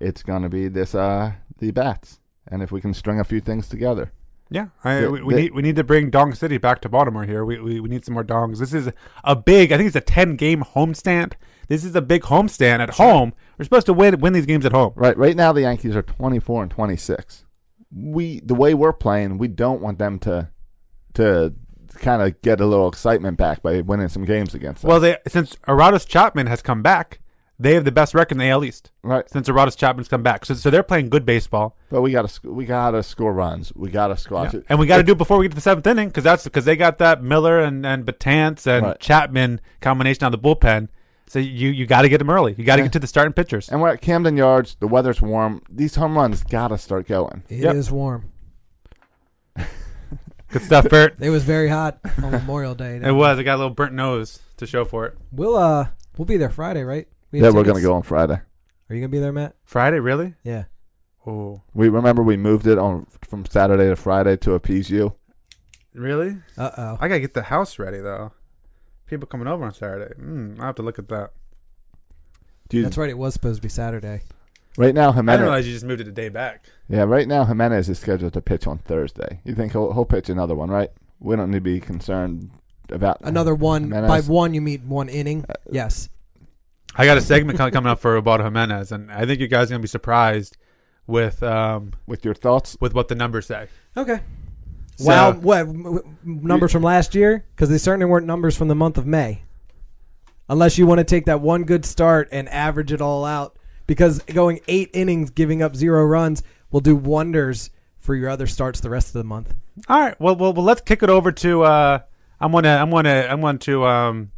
S4: It's going to be this uh the bats, and if we can string a few things together.
S6: Yeah, I,
S4: They-
S6: we, we
S4: they-
S6: need we need to bring Dong City back to Baltimore here. We, we we need some more dongs. This is a big. I think it's a ten game homestand. This is a big homestand at home. We're supposed to win win these games at home.
S4: Right, right now the Yankees are 24 and 26. we the way we're playing, we don't want them to to kind of get a little excitement back by winning some games against us.
S6: Well, they since Aratus Chapman has come back, they have the best record in the AL East.
S4: Right.
S6: Since Aratus Chapman's come back, so, so they're playing good baseball,
S4: but we got to we got to score runs. We got to squash
S6: Yeah.
S4: it.
S6: and we got to do it before we get to the seventh inning because that's because they got that Miller and and Batance and
S4: Right.
S6: Chapman combination on the bullpen. So you you got to get them early. You got to
S4: Yeah.
S6: get to the starting pitchers.
S4: And we're at Camden Yards. The weather's warm. These home runs got to start going.
S8: It is warm.
S6: Good stuff, Bert.
S8: It was very hot on Memorial Day.
S6: It was. I got a little burnt nose to show for it.
S8: We'll uh we'll be there Friday, right? We have
S4: yeah, we're
S8: tickets.
S4: gonna go on Friday.
S8: Are you gonna be there, Matt?
S6: Friday, really?
S8: Yeah.
S6: Oh,
S4: We remember we moved it on from Saturday to Friday to appease you.
S6: really?
S8: Uh oh.
S6: I gotta get the house ready though. People coming over on Saturday. Mm, I have to look at that.
S4: Dude,
S8: That's right. It was supposed to be Saturday.
S4: right now
S6: I didn't
S4: Jimenez.
S6: realize you just moved it a day back.
S4: Yeah, right now Jimenez is scheduled to pitch on Thursday. You think he'll, he'll pitch another one, right? We don't need to be concerned about
S8: Another one.
S4: Jimenez.
S8: By one, you mean one inning. yes.
S6: I got a segment co- coming up for Roberto Jimenez, and I think you guys are gonna be surprised with um
S4: with your thoughts
S6: with what the numbers say.
S8: Okay.
S6: So-
S8: wow. What m- m- numbers from last year? Because they certainly weren't numbers from the month of May. Unless you want to take that one good start and average it all out, because going eight innings, giving up zero runs, will do wonders for your other starts the rest of the month.
S6: All right. Well, well, well let's kick it over to. Uh, I'm gonna, I'm gonna, I'm going to, um,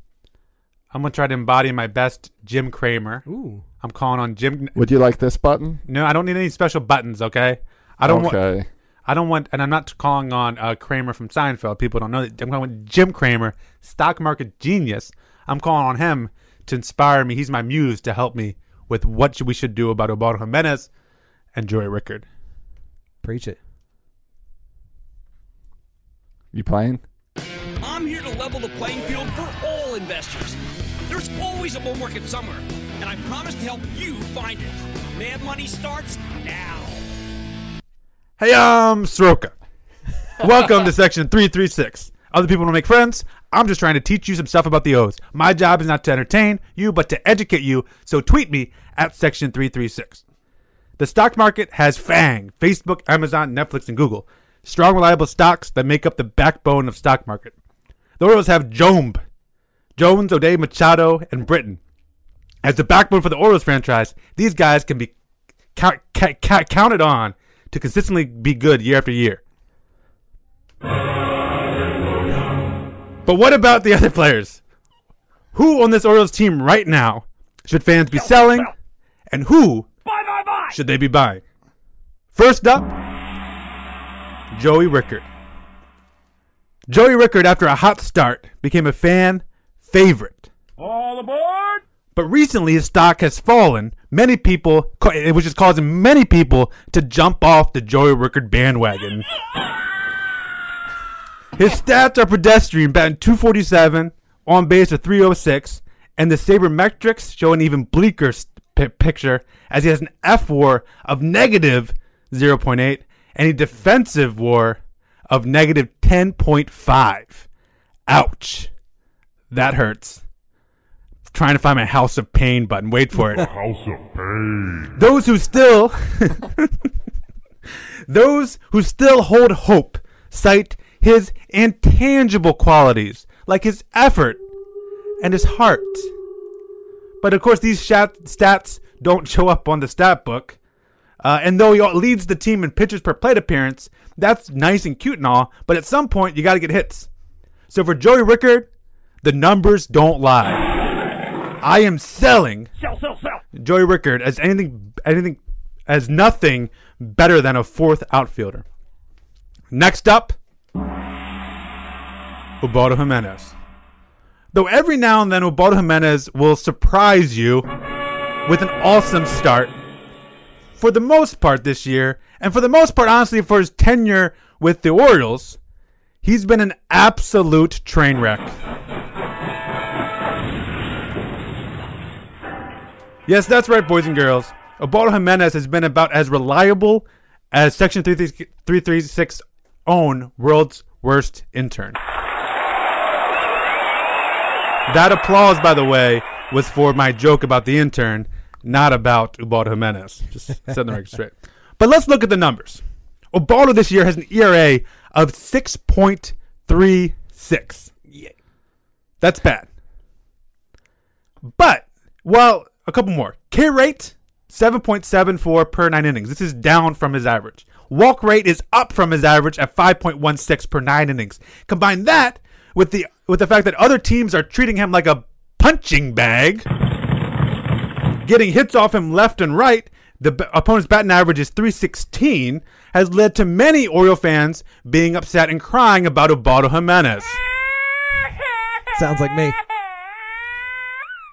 S6: I'm gonna try to embody my best Jim Kramer.
S8: Ooh.
S6: I'm calling on Jim.
S4: Would you like this button?
S6: No, I don't need any special buttons. Okay. I don't want.
S4: Okay.
S6: I don't want, and I'm not calling on uh, Kramer from Seinfeld. People don't know that. I'm calling on Jim Kramer, stock market genius. I'm calling on him to inspire me. He's my muse to help me with what should, we should do about Obaldo Jimenez and Joey Rickard.
S8: Preach it.
S4: You playing?
S10: I'm here to level the playing field for all investors. There's always a bull market somewhere, and I promise to help you find it. Mad Money starts now.
S6: Hey, I'm Soroka. Welcome to section 336. Other people don't make friends. I'm just trying to teach you some stuff about the O's. My job is not to entertain you, but to educate you. So tweet me at section 336. The stock market has FANG, Facebook, Amazon, Netflix, and Google. Strong, reliable stocks that make up the backbone of stock market. The Orioles have Jomb, Jones, O'Day, Machado, and Britton. As the backbone for the Orioles franchise, these guys can be count, ca- ca- counted on to consistently be good year after year. But what about the other players? Who on this Orioles team right now should fans be selling, and who should they be buying? First up, Joey Rickard. Joey Rickard, after a hot start, became a fan favorite.
S14: All aboard!
S6: But recently, his stock has fallen. Many people, which is causing many people to jump off the Joey Rickard bandwagon. His stats are pedestrian, batting 247, on base of 306, and the sabermetrics show an even bleaker s- pi picture as he has an F war of negative 0.8 and a defensive war of negative 10.5. Ouch. That hurts. Trying to find my House of Pain button. Wait for it.
S14: House of Pain.
S6: Those who still those who still hold hope cite his intangible qualities like his effort and his heart. But of course, these shat- stats don't show up on the stat book. Uh, and though he leads the team in pitches per plate appearance, that's nice and cute and all. But at some point, you got to get hits. So for Joey Rickard, the numbers don't lie. I am selling
S14: Sell, sell, sell!
S6: Joey Rickard as anything, anything, as nothing better than a fourth outfielder. Next up, Ubaldo Jimenez. Though every now and then Ubaldo Jimenez will surprise you with an awesome start. For the most part this year, and for the most part, honestly, for his tenure with the Orioles, he's been an absolute train wreck. Yes, that's right, boys and girls. Obaldo Jimenez has been about as reliable as Section 336 own world's worst intern. That applause, by the way, was for my joke about the intern, not about Ubaldo Jimenez. Just setting the record straight. But let's look at the numbers. Obaldo this year has an ERA of 6.36. Yeah. That's bad. But, well, a couple more. K rate, 7.74 per nine innings. This is down from his average. Walk rate is up from his average at 5.16 per nine innings. Combine that with the with the fact that other teams are treating him like a punching bag, getting hits off him left and right. The b- opponent's batting average is 316, has led to many Oriole fans being upset and crying about Obaldo Jimenez.
S8: Sounds like me.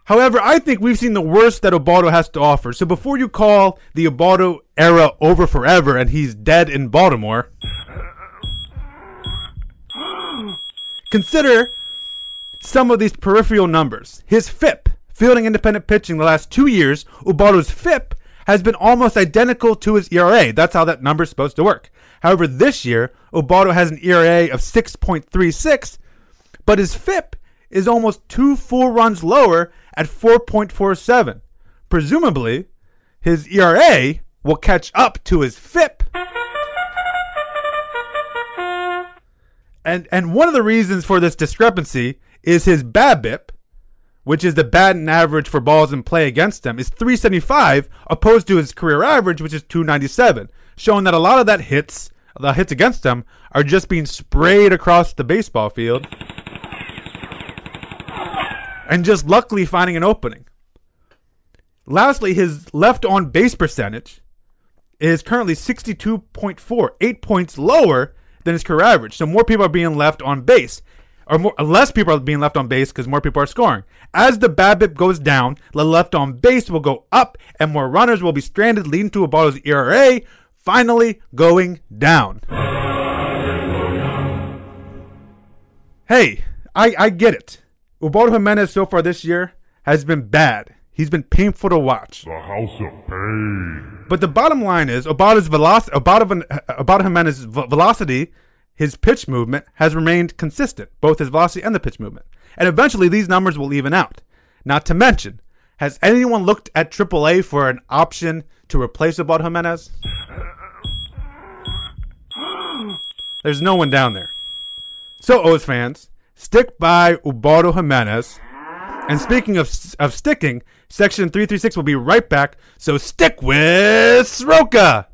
S6: However, I think we've seen the worst that Obaldo has to offer. So before you call the Obaldo era over forever and he's dead in Baltimore, consider some of these peripheral numbers. His FIP, fielding independent pitching, the last two years, Ubaldo's FIP has been almost identical to his ERA. That's how that number's supposed to work. However, this year, Ubaldo has an ERA of 6.36, but his FIP is almost two full runs lower at 4.47. Presumably, his ERA will catch up to his FIP and and one of the reasons for this discrepancy is his BABIP, which is the batting average for balls in play against him, is 375 opposed to his career average, which is 297, showing that a lot of that hits, the hits against him, are just being sprayed across the baseball field, and just luckily finding an opening. Lastly, his left on base percentage is currently 62.4, eight points lower than his career average. So more people are being left on base, or more, less people are being left on base because more people are scoring. As the BABIP goes down, the left on base will go up, and more runners will be stranded, leading to Ubaldo's ERA finally going down. Hey, I, I get it. Ubaldo Jimenez so far this year has been bad. He's been painful to watch.
S14: The House of Pain.
S6: But the bottom line is Obada's velocity, Obada, Obada Jimenez's ve- velocity, his pitch movement has remained consistent, both his velocity and the pitch movement. And eventually these numbers will even out. Not to mention, has anyone looked at AAA for an option to replace Obada Jimenez? There's no one down there. So, O's fans, stick by Ubaldo Jimenez. And speaking of, of sticking, Section 336 will be right back, so stick with Sroka!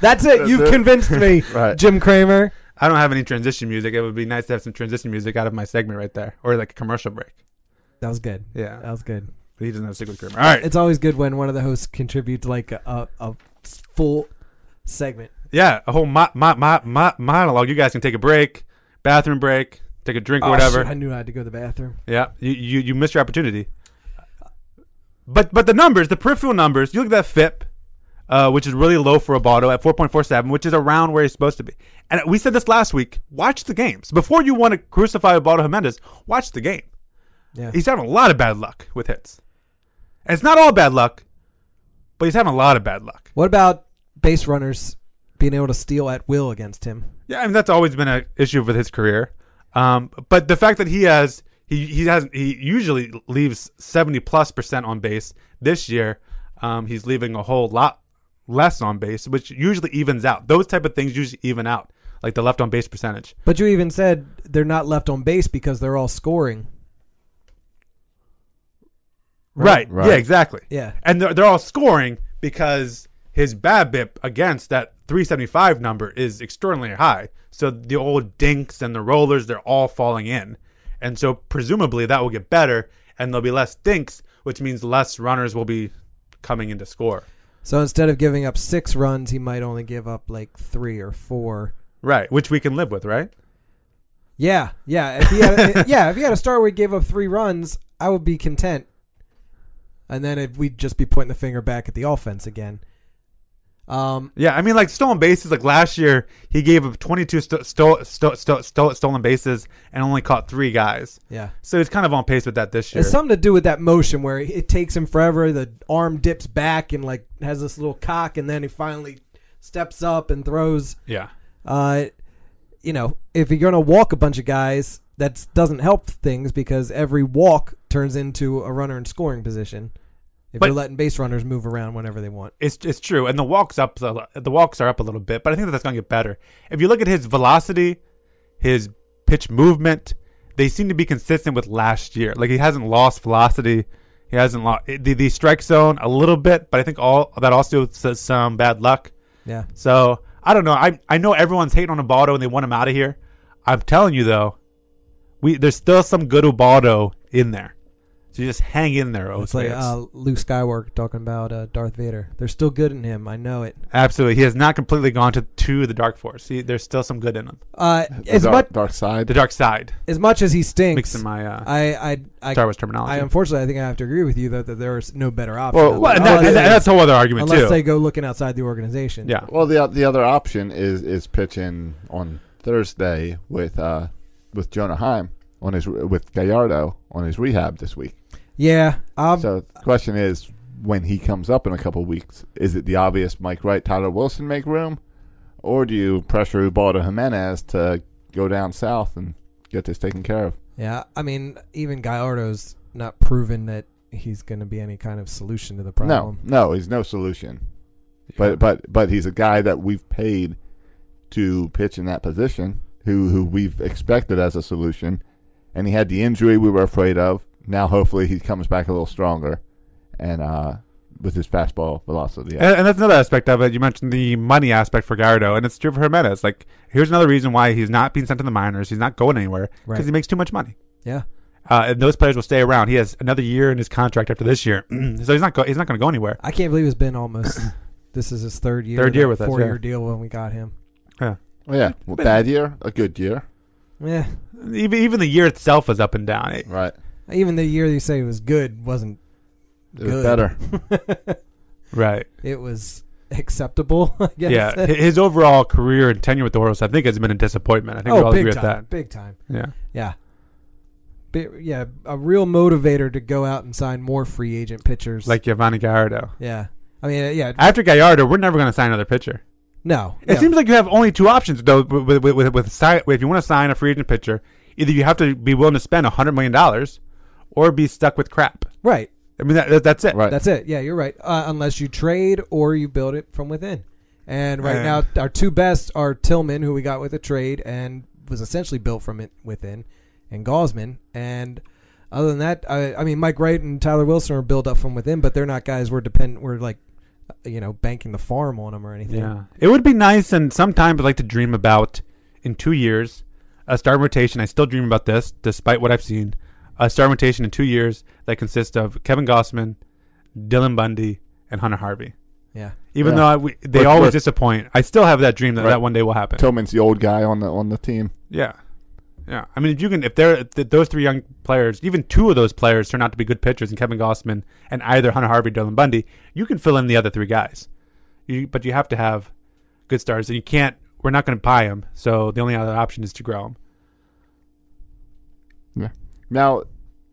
S8: That's it. You've convinced me, Jim Kramer.
S6: I don't have any transition music. It would be nice to have some transition music out of my segment right there, or like a commercial break.
S8: That was good.
S6: Yeah.
S8: That was good.
S6: He doesn't have stick with Kramer. All right.
S8: It's always good when one of the hosts contributes like a, a full segment.
S6: Yeah, a whole mo- mo- mo- mo- monologue. You guys can take a break, bathroom break, take a drink or
S8: Oh,
S6: whatever.
S8: shit, I knew I had to go to the bathroom.
S6: Yeah, you, you you missed your opportunity. But but the numbers, the peripheral numbers, you look at that FIP, uh, which is really low for a bottle at 4.47, which is around where he's supposed to be. And we said this last week. Watch the games before you want to crucify a bottle Jimenez. Watch the game.
S8: Yeah.
S6: He's having a lot of bad luck with hits. And it's not all bad luck, but he's having a lot of bad luck.
S8: What about base runners being able to steal at will against him?
S6: Yeah, I mean that's always been an issue with his career. Um, but the fact that he has he he has he usually leaves seventy plus percent on base this year, um, he's leaving a whole lot less on base, which usually evens out. Those type of things usually even out, like the left on base percentage.
S8: But you even said they're not left on base because they're all scoring.
S6: Right.
S8: Right.
S6: Yeah. Exactly.
S8: Yeah.
S6: And they're, they're all scoring because his BABIP against that 375 number is extraordinarily high. So the old dinks and the rollers, they're all falling in, and so presumably that will get better, and there'll be less dinks, which means less runners will be coming in to score.
S8: So instead of giving up six runs, he might only give up like three or four.
S6: Right. Which we can live with, right?
S8: Yeah, yeah. If he had, yeah, if he had a star where he gave up three runs, I would be content. And then it, we'd just be pointing the finger back at the offense again. Um,
S6: Yeah, I mean, like stolen bases. Like last year, he gave up 22 sto- sto- sto- sto- sto- stolen bases and only caught three guys.
S8: Yeah.
S6: So he's kind of on pace with that this year.
S8: It's something to do with that motion where it takes him forever. The arm dips back and like has this little cock, and then he finally steps up and throws.
S6: Yeah.
S8: Uh, you know, if you're gonna walk a bunch of guys, that doesn't help things because every walk turns into a runner in scoring position. If
S6: But-
S8: you're letting base runners move around whenever they want.
S6: It's it's true, and the walks up the the walks are up a little bit, but I think that that's going to get better. If you look at his velocity, his pitch movement, they seem to be consistent with last year. Like he hasn't lost velocity, he hasn't lost the, the strike zone a little bit, but I think all that also says some bad luck.
S8: Yeah.
S6: So I don't know. I I know everyone's hating on Ubaldo and they want him out of here. I'm telling you though, we there's still some good Ubaldo in there. So you just hang in there,
S8: It's like
S6: Oates.
S8: uh, Luke Skywalker talking about uh, Darth Vader. They're still good in him. I know it.
S6: Absolutely, he has not completely gone to, to the dark force. He, there's still some good in him.
S8: Uh, as much
S4: dark side,
S6: the dark side.
S8: as much as he stinks,
S6: Mixing my, uh,
S8: I, I, I,
S6: Star Wars terminology.
S8: I unfortunately, I think I have to agree with you though that there is no better option.
S6: Well, well, and that-
S8: Unless
S6: and
S8: they-
S6: that's a whole other argument,
S8: Unless
S6: too.
S8: they go looking outside the organization.
S4: Well, the the other option is is pitching on Thursday with uh with Jonah Heim on his with Gallardo on his rehab this week.
S8: Yeah. um,
S4: so the question is, when he comes up in a couple weeks, is it the obvious Mike Wright, Tyler Wilson make room, or do you pressure Ubaldo Jimenez to go down south and get this taken care of?
S8: Yeah, I mean, even Gallardo's not proven that he's going to be any kind of solution to the problem.
S4: No, no, he's no solution. But but but he's a guy that we've paid to pitch in that position, who who we've expected as a solution, and he had the injury we were afraid of. Now hopefully he comes back a little stronger, and uh, with his fastball velocity. up.
S6: And, and that's another aspect of it. You mentioned the money aspect for Gallardo, and it's true for Jimenez. Like, here's another reason why he's not being sent to the minors. He's not going anywhere because
S8: Right.
S6: he makes too much money.
S8: Yeah.
S6: Uh, and those players will stay around. He has another year in his contract after this year, so he's not go- he's not going to go anywhere.
S8: I can't believe it's been almost. this is his third year.
S6: Third year
S8: that
S6: with us,
S8: four year
S6: yeah.
S8: deal when we got him.
S6: Yeah.
S4: Well, Oh, yeah, well, bad year, a good year.
S8: Yeah.
S6: Even even the year itself is up and down. It-
S4: Right.
S8: Even the year they say it was good wasn't
S4: It was
S8: good.
S4: better.
S6: Right.
S8: It was acceptable. I guess.
S6: yeah. hi- His overall career and tenure with the Orioles, I think, has been a disappointment. I think we all
S8: oh, big
S6: agree
S8: time,
S6: with that.
S8: Big time.
S6: Yeah.
S8: Yeah. Bi- yeah, a real motivator to go out and sign more free agent pitchers.
S6: Like Giovanni Gallardo.
S8: yeah. I mean, uh, yeah.
S6: After Gallardo, we're never going to sign another pitcher.
S8: No.
S6: It
S8: no.
S6: seems like you have only two options though. With with, with, with si- if you want to sign a free agent pitcher, either you have to be willing to spend hundred million dollars, or be stuck with crap.
S8: Right.
S6: I mean that, that that's it. Right.
S8: That's it. Yeah, you're right. Uh, unless you trade or you build it from within. And right
S6: And-
S8: now, our two best are Tillman, who we got with a trade and was essentially built from it within, and Gosman. And other than that, I, I mean, Mike Wright and Tyler Wilson are built up from within, but they're not guys we're depend we're like, uh, you know, banking the farm on them or anything.
S6: Yeah. It would be nice, and sometimes I like to dream about in two years a starting rotation. I still dream about this, despite what I've seen. A starting rotation in two years that consists of Kevin Gossman, Dylan Bundy, and Hunter Harvey.
S8: Yeah.
S6: Even
S4: Yeah.
S6: though I, we, they
S4: But-
S6: always
S4: but-
S6: disappoint, I still have that dream that
S4: Right.
S6: that one day will happen.
S4: Tillman's the old guy on the on the team.
S6: Yeah, yeah. I mean, if you can, if they're th- those three young players, even two of those players turn out to be good pitchers, and Kevin Gossman and either Hunter Harvey, Dylan Bundy, you can fill in the other three guys. You, but you have to have good stars, and you can't. We're not going to buy them, so the only other option is to grow them.
S4: Now,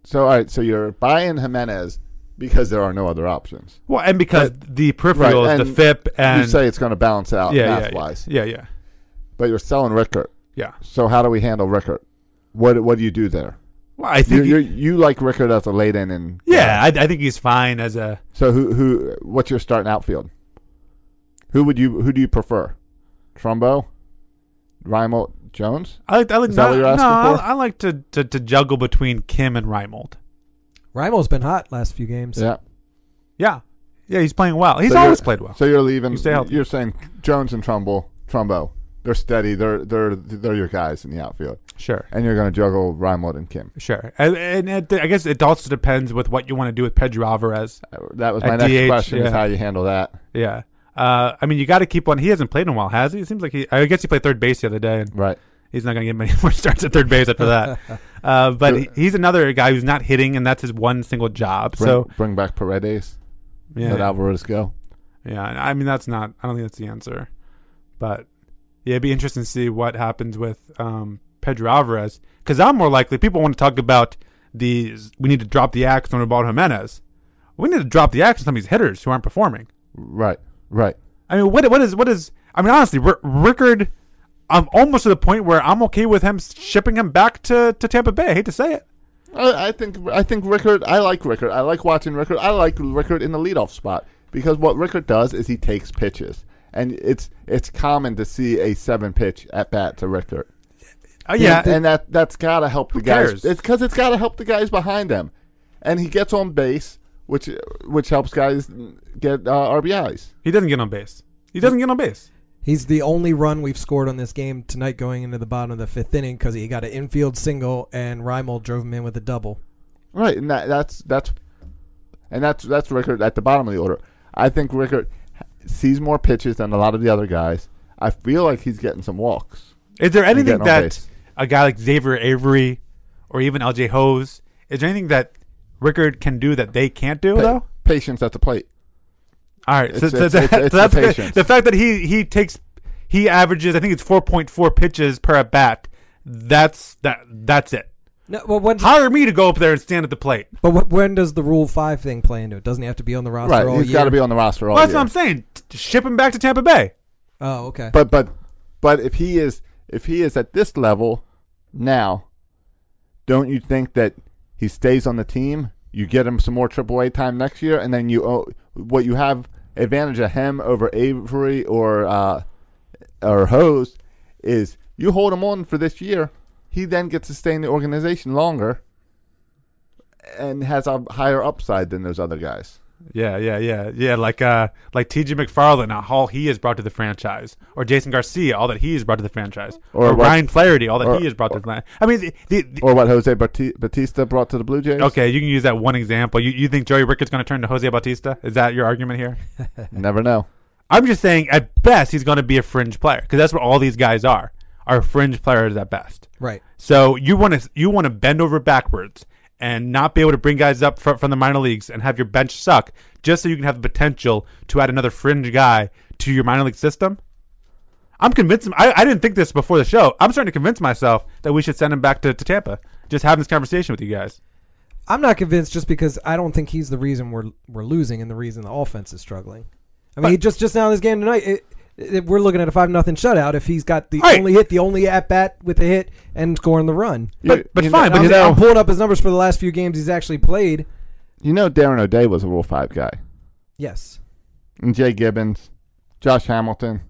S4: so all right, so you're buying Jimenez because there are no other options.
S6: Well, and because the peripherals, the
S4: and
S6: FIP, and
S4: you say it's going to balance out
S6: Yeah, yeah,
S4: math wise.
S6: yeah, yeah.
S4: But you're selling Rickert.
S6: Yeah.
S4: So how do we handle Rickert? What what do you do there?
S6: Well, I think
S4: you you like Rickert as a late in and
S6: yeah, I, I think he's fine as a.
S4: so who who what's your starting outfield? Who would you who do you prefer? Trumbo, Reimold, Jones.
S6: I like. I like.
S4: Is that
S6: no,
S4: what you're
S6: no,
S4: asking
S6: I,
S4: for?
S6: I like to, to to juggle between Kim and Reimold.
S8: Rimo's been hot last few games.
S4: yeah.
S6: Yeah, yeah. He's playing well. He's
S4: So you're-
S6: always played well.
S4: So you're leaving.
S6: You stay healthy.
S4: You're saying Jones and Trumbull, Trumbo. They're steady. They're they're they're your guys in the outfield.
S6: Sure.
S4: And you're going to juggle Reimold and Kim.
S6: Sure, and, and it, I guess it also depends with what you want to do with Pedro Alvarez.
S4: That was my next question: is how you handle that.
S6: Yeah, uh, I mean you got to keep one. He hasn't played in a while, has he? It seems like he. I guess he played third base the other day, and
S4: right,
S6: he's not going to get many more starts at third base after that. uh, but he, he's another guy who's not hitting, and that's his one single job.
S4: Bring,
S6: so
S4: bring back Paredes.
S6: Yeah.
S4: Let Alvarez go.
S6: yeah, I mean that's not. I don't think that's the answer. But yeah, it'd be interesting to see what happens with um, Pedro Alvarez because I'm more likely people want to talk about the we need to drop the axe on Roberto Jimenez. We need to drop the axe on some of these hitters who aren't performing.
S4: Right. Right.
S6: I mean, what what is what is? I mean, honestly, R- Rickard, I'm almost to the point where I'm okay with him shipping him back to, to Tampa Bay. I hate to say it.
S4: I, I think I think Rickard. I like Rickard. I like watching Rickard. I like Rickard in the leadoff spot because what Rickard does is he takes pitches, and it's it's common to see a seven pitch at bat to Rickard.
S6: Oh, yeah.
S4: and, and that that's got to help the
S6: cares?
S4: guys. It's because it's got to help the guys behind him, and he gets on base, which which helps guys get uh, RBIs.
S6: He doesn't get on base. He doesn't get on base.
S8: He's the only run we've scored on this game tonight going into the bottom of the fifth inning because he got an infield single and Reimel drove him in with a double.
S4: Right, and that, that's that's and that's that's Rickard at the bottom of the order. I think Rickard sees more pitches than a lot of the other guys. I feel like he's getting some walks.
S6: Is there
S4: And
S6: anything
S4: getting on
S6: that
S4: base.
S6: a guy like Xavier Avery or even LJ Hose, is there anything that Rickard can do that they can't do,
S4: Pa-
S6: though?
S4: Patience at the plate.
S6: All right. So,
S4: It's-
S6: so
S4: it's-
S6: that-
S4: it's- it's
S6: so that's
S4: the
S6: good.
S4: patience.
S6: The fact that he, he takes, he averages, I think it's 4.4 pitches per at bat, that's, that, that's it.
S8: No, well, when,
S6: Hire me to go up there and stand at the plate.
S8: But wh- when does the Rule 5 thing play into it? Doesn't he have to be on the roster
S4: Right,
S8: all
S4: he's
S8: year?
S4: got to be on the roster all
S6: Well, that's
S4: year.
S6: what I'm saying. T- Ship him back to Tampa Bay.
S8: Oh, okay.
S4: But but but if he is if he is at this level now, don't you think that he stays on the team? You get him some more AAA time next year, and then you owe, what you have advantage of him over Avery or uh, or Hose is you hold him on for this year. He then gets to stay in the organization longer and has a higher upside than those other guys.
S6: Yeah, yeah, yeah, yeah. Like uh, like T.J. McFarland, uh, all he has brought to the franchise, or Jason Garcia, all that he has brought to the franchise, or,
S4: Or what-
S6: Ryan Flaherty, all that
S4: or-
S6: he has brought to the franchise. I mean, the, the, the-
S4: Or what Jose Bati- Batista brought to the Blue Jays?
S6: okay, you can use that one example. You you think Joey Rickard's going to turn to Jose Bautista? Is that your argument here?
S4: Never know.
S6: I'm just saying, at best, he's going to be a fringe player because that's what all these guys are. Are fringe players at best.
S8: Right.
S6: So you want to you want to bend over backwards and not be able to bring guys up from, from the minor leagues and have your bench suck just so you can have the potential to add another fringe guy to your minor league system. I'm convinced. I, I didn't think this before the show. I'm starting to convince myself that we should send him back to, to Tampa. Just having this conversation with you guys.
S8: I'm not convinced just because I don't think he's the reason we're we're losing and the reason the offense is struggling. I mean, he just just now in this game tonight, it, it, we're looking at a five nothing shutout. If he's got the
S6: Right.
S8: only hit, the only at bat with a hit and scoring the run,
S4: But- You- but you know- fine,
S8: And
S4: but
S8: I'm,
S4: you know-
S8: I'm pulling up his numbers for the last few games he's actually played.
S4: You know Darren O'Day was a Rule 5 guy.
S8: Yes,
S4: And Jay Gibbons, Josh Hamilton.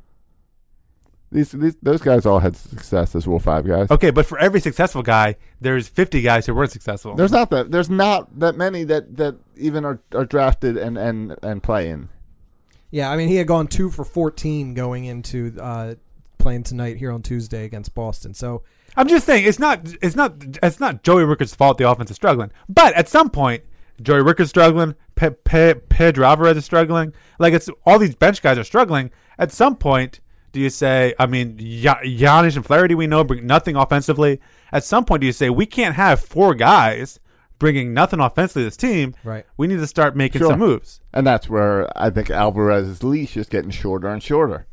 S4: These, these those guys all had success as Rule 5 guys.
S6: Okay, but for every successful guy, there's 50 guys who weren't successful.
S4: There's not that there's not that many that, that even are, are drafted and, and, and play in.
S8: yeah. I mean, he had gone two for fourteen going into uh, playing tonight here on Tuesday against Boston. So
S6: I'm just saying it's not it's not it's not Joey Rickard's fault the offense is struggling. But at some point, Joey Rickard's struggling, Pe- Pe- Pedro Alvarez is struggling. Like it's all these bench guys are struggling. At some point, do you say? I mean, Ya- Giannis and Flaherty we know bring nothing offensively. At some point, do you say we can't have four guys bringing nothing offensively to this team?
S8: Right.
S6: We need to start making
S4: Sure.
S6: some moves.
S4: And that's where I think Alvarez's leash is getting shorter and shorter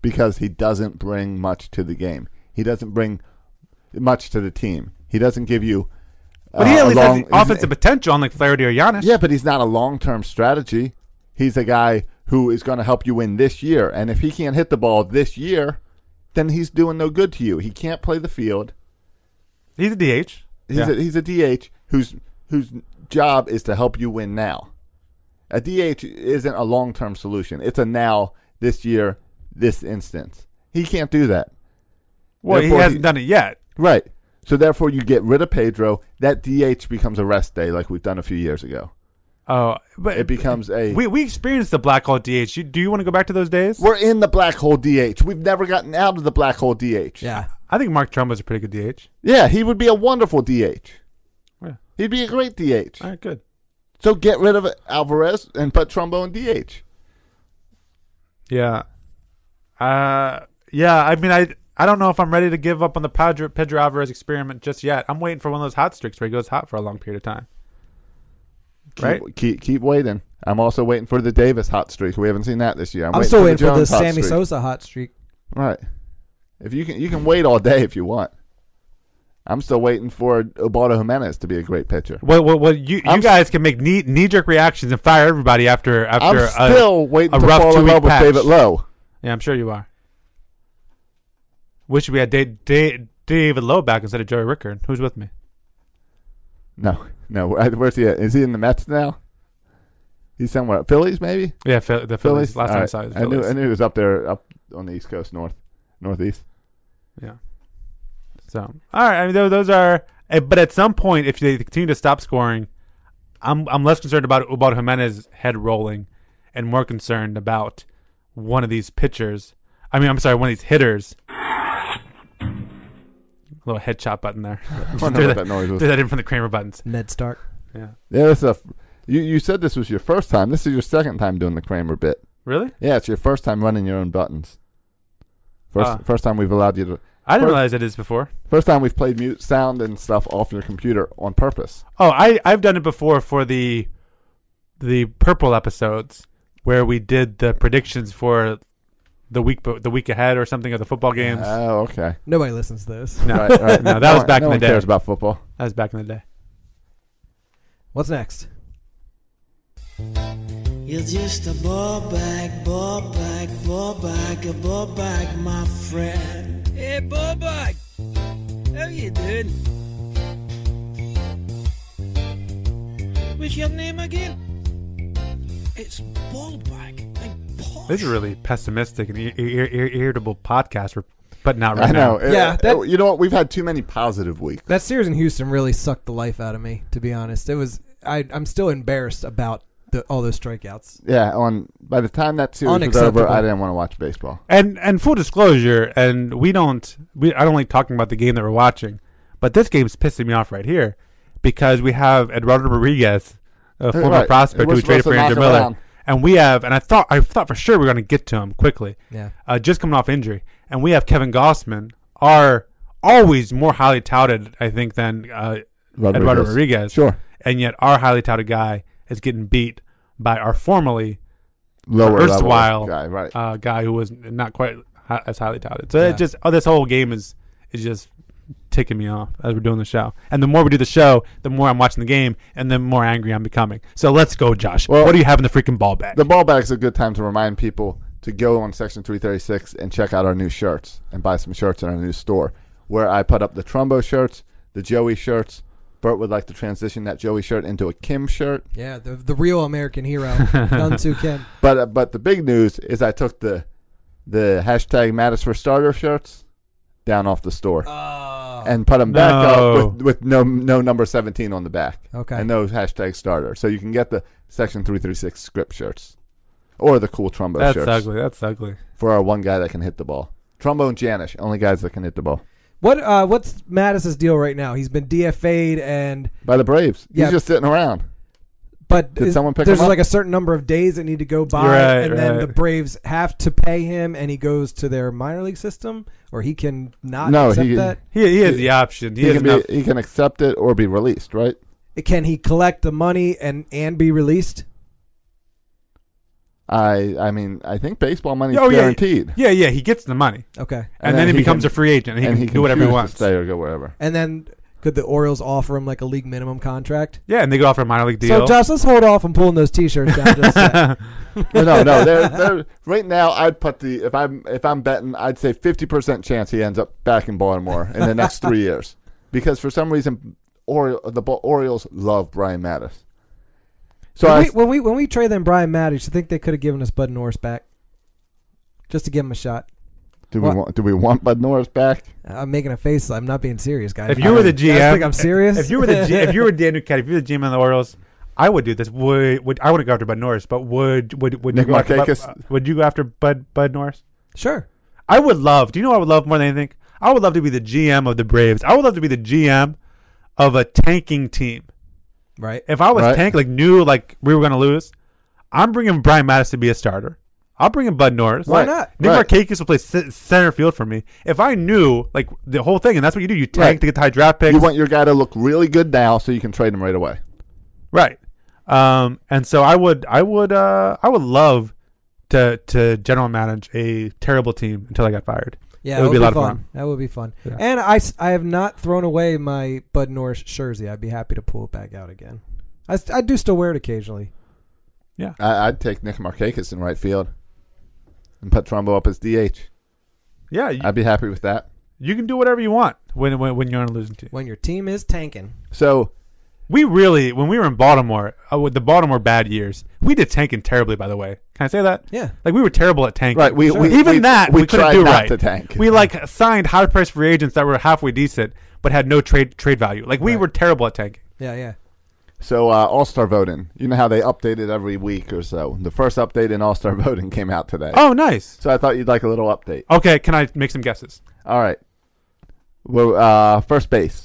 S4: because he doesn't bring much to the game. He doesn't bring much to the team. He doesn't give you.
S6: But he
S4: uh,
S6: at
S4: a
S6: least
S4: long-
S6: has the offensive potential, unlike Flaherty or Giannis.
S4: Yeah, but he's not a long term strategy. He's a guy who is going to help you win this year. And if he can't hit the ball this year, then he's doing no good to you. He can't play the field.
S6: He's a DH.
S4: He's,
S6: Yeah.
S4: a, he's a DH whose whose job is to help you win now. A DH isn't a long term solution. It's a now, this year, this instance. He can't do that.
S6: Well, he
S4: Therefore,
S6: hasn't done it yet.
S4: Right. So therefore, you get rid of Pedro. That DH becomes a rest day, like we've done a few years ago.
S6: Oh, but
S4: It becomes a
S6: we we experienced the black hole DH. You, do you want to go back to those days?
S4: We're in the black hole DH. We've never gotten out of the black hole DH.
S8: yeah,
S6: I think Mark Trumbo's a pretty good DH.
S4: Yeah, he would be a wonderful DH.
S6: Yeah.
S4: He'd be a great DH.
S6: All right, good.
S4: So get rid of Alvarez and put Trumbo in DH.
S6: Yeah. Uh, yeah. I mean, I I don't know if I'm ready to give up on the Pedro, Pedro Alvarez experiment just yet. I'm waiting for one of those hot streaks where he goes hot for a long period of time.
S4: Keep,
S6: Right.
S4: Keep, keep waiting. I'm also waiting for the Davis hot streak. We haven't seen that this year. I'm,
S8: I'm, still waiting for
S4: the
S8: the
S4: Jones hot
S8: Sammy
S4: streak.
S8: Sosa hot streak.
S4: Right. If you can, you can wait all day if you want. I'm still waiting for Obaldo Jimenez to be a great pitcher.
S6: Well, well, well you, you
S4: I'm s-
S6: guys can make knee knee jerk reactions and fire everybody after
S4: I'm
S6: after a,
S4: still waiting
S6: a
S4: to
S6: rough
S4: fall in
S6: two-week
S4: love
S6: patch.
S4: with David Lowe.
S6: Yeah, I'm sure you are. Wish we had da- da- David Lowe back instead of Joey Rickard. Who's with me?
S4: No, no. where- Where's he at? Is he in the Mets now? He's somewhere. Phillies, maybe.
S6: Yeah, Phil- the Phillies. Last time I
S4: Alright.
S6: saw it was
S4: I knew.
S6: Phillies.
S4: I knew he was up there, up on the East Coast, north, northeast.
S6: Yeah. So all right, I mean those, those are. eh, But at some point, if they continue to stop scoring, I'm I'm less concerned about about Jimenez head rolling, and more concerned about one of these pitchers. I mean, I'm sorry, one of these hitters. Little headshot button there.
S4: I wonder
S6: Threw
S4: what that noise was.
S6: threw that in from the Kramer buttons.
S8: Ned Stark.
S6: Yeah.
S4: Yeah, this is a. You you said this was your first time. This is your second time doing the Kramer bit.
S6: Really?
S4: Yeah, it's your first time running your own buttons. First
S6: Ah.
S4: first time we've allowed you to.
S6: I didn't
S4: first-
S6: realize I did this before.
S4: First time we've played mute sound and stuff off your computer on purpose.
S6: Oh, I I've done it before for the the purple episodes where we did the predictions for the week bo- the week ahead or something of the football games.
S4: Oh, okay.
S8: Nobody listens to this.
S6: No,
S4: Right, right.
S6: no, that
S4: No
S6: was
S4: one-
S6: back
S4: no
S6: in the
S4: one
S6: day.
S4: cares about football.
S6: That was back in the day.
S8: What's next?
S15: You're just a ball bag, ball bag, ball bag, a ball bag, my friend. Hey, ball bag, how you doing? What's your name again? It's ball bag.
S6: This is a really pessimistic and ir- ir- ir- irritable podcast we're putting out right
S4: I know.
S6: now.
S4: It- it- you know what? We've had too many positive weeks.
S8: That series in Houston really sucked the life out of me. To be honest, it was. I, I'm still embarrassed about the, all those strikeouts.
S4: Yeah. On by the time that series was over,
S8: Unacceptable.
S4: I didn't want to watch baseball.
S6: And and full disclosure, and we don't we I don't like talking about the game that we're watching, but this game's pissing me off right here because we have Eduardo Rodriguez, a former
S4: Right.
S6: prospect who
S4: We're
S6: we traded
S4: supposed to
S6: for
S4: knock
S6: Andrew
S4: him
S6: Miller,
S4: down.
S6: and we have and I thought I thought for sure we were going to get to him quickly,
S8: Yeah.
S6: uh, just coming off injury, and we have Kevin Gossman, our always more highly touted I think than uh,
S4: Rodriguez.
S6: Eduardo Rodriguez,
S4: Sure.
S6: and yet our highly touted guy is getting beat by our formerly
S4: Lower level
S6: erstwhile
S4: guy, right.
S6: uh, guy who was not quite hi- as highly touted. So
S4: Yeah.
S6: it just oh, this whole game is is just ticking me off as we're doing the show. And the more we do the show, the more I'm watching the game, and the more angry I'm becoming. So let's go, Josh. what do you have in the freaking ball bag?
S4: The ball bag's a good time to remind people to go on Section 336 and check out our new shirts and buy some shirts in our new store, where I put up the Trumbo shirts, the Joey shirts. Bert would like to transition that Joey shirt into a Kim shirt.
S8: Yeah, the the real American hero, Dunsu Kim.
S4: But uh, but the big news is I took the the hashtag Mattis for starter shirts down off the store and put them back
S6: No.
S4: up with, with no no number seventeen on the back.
S6: Okay.
S4: and no hashtag starter, so you can get the section three three six script shirts or the cool Trumbo
S6: That's
S4: shirts.
S6: ugly. That's ugly.
S4: for our one guy that can hit the ball. Trumbo and Janish, only guys that can hit the ball.
S8: What uh, what's Mattis's deal right now? He's been DFA'd and
S4: By the Braves,
S8: Yeah.
S4: he's just sitting around.
S8: but
S4: Did
S8: is-
S4: someone pick
S8: there's
S4: him up?
S8: like a certain number of days that need to go by,
S6: Right,
S8: and then
S6: right.
S8: the Braves have to pay him, and he goes to their minor league system, or he can not
S4: no,
S8: accept
S4: he,
S8: that.
S6: He- he has the option. He has
S4: can be-
S6: enough-
S4: he can accept it or be released, right?
S8: Can he collect the money and and be released?
S4: I I mean I think baseball money's
S6: Oh, yeah.
S4: guaranteed.
S6: Yeah, yeah, he gets the money.
S8: Okay. And
S6: And, then, he becomes
S4: can-
S6: a free agent. And he
S4: and
S6: can, do whatever he
S4: choose to
S6: wants.
S4: Stay or go wherever.
S8: And then could the Orioles offer him like a league minimum contract?
S6: Yeah, and they go off a minor league deal.
S8: So Josh, let's hold off on pulling those T-shirts down. Just yet.
S4: no, no, no. They're, they're, right now, I'd put the if I'm if I'm betting, I'd say fifty percent chance he ends up back in Baltimore in the next three years, because for some reason, Ori- the Bo- Orioles love Brian Mattis. So
S8: when,
S4: I,
S8: we, when we when we trade them Brian Maddox, you think they could have given us Bud Norris back, just to give him a shot?
S4: do we
S8: What?
S4: want do we want Bud Norris back?
S8: I'm making a face. I'm not being serious, guys.
S6: If you were the
S8: You guys
S6: GM,
S8: think I'm serious.
S6: If you were the G, if you were Dan Duquette, if you were the GM of the Orioles, I would do this. Would, would I wouldn't go after Bud Norris, but would would would
S4: Nick
S6: you go after Bud, uh,
S4: Markakis?
S6: would you go after Bud Bud Norris?
S8: Sure.
S6: I would love. Do you know what I would love more than anything? I would love to be the GM of the Braves. I would love to be the GM of a tanking team.
S8: Right.
S6: If I was
S4: Right.
S6: tank, like knew like we were going to lose, I'm bringing Brian Mattis to be a starter. I'll bring in Bud Norris.
S4: Why Right. not?
S6: Nick
S4: Right.
S6: Markakis will play c- center field for me. If I knew like the whole thing, and that's what you do, you tank
S4: Right.
S6: to get high draft picks.
S4: You want your guy to look really good now, so you can trade him right away.
S6: Right. Um, and so I would, I would, uh, I would love to to general manage a terrible team until I got fired.
S8: Yeah,
S6: it would be a lot
S8: fun.
S6: of fun.
S8: That would be fun.
S6: Yeah.
S8: And I, s- I have not thrown away my Bud Norris jersey. I'd be happy to pull it back out again. I, s- I do still wear it occasionally.
S6: Yeah,
S4: I, I'd take Nick Markakis in right field, and put Trumbo up as DH.
S6: Yeah, you,
S4: I'd be happy with that.
S6: you can do whatever you want when when, when you're on a losing team.
S8: When your team is tanking,
S4: So
S6: We really, when we were in Baltimore, uh, with the Baltimore bad years, we did tanking terribly. By the way, can I say that?
S8: Yeah.
S6: like we were terrible at tanking.
S4: Right, we- Sure. we-
S6: even
S4: we-
S6: that
S4: we
S6: we, couldn't
S4: tried
S6: do
S4: not
S6: right.
S4: to tank.
S6: We like signed high price free agents that were halfway decent but had no trade trade value. Like we were terrible at tanking.
S8: Yeah, yeah.
S4: So uh, All Star voting, you know how they update it every week or so. The first update in All Star voting came out today.
S6: Oh, nice.
S4: So I thought you'd like a little update.
S6: Okay, can I make some guesses?
S4: All right. Well, uh, first base.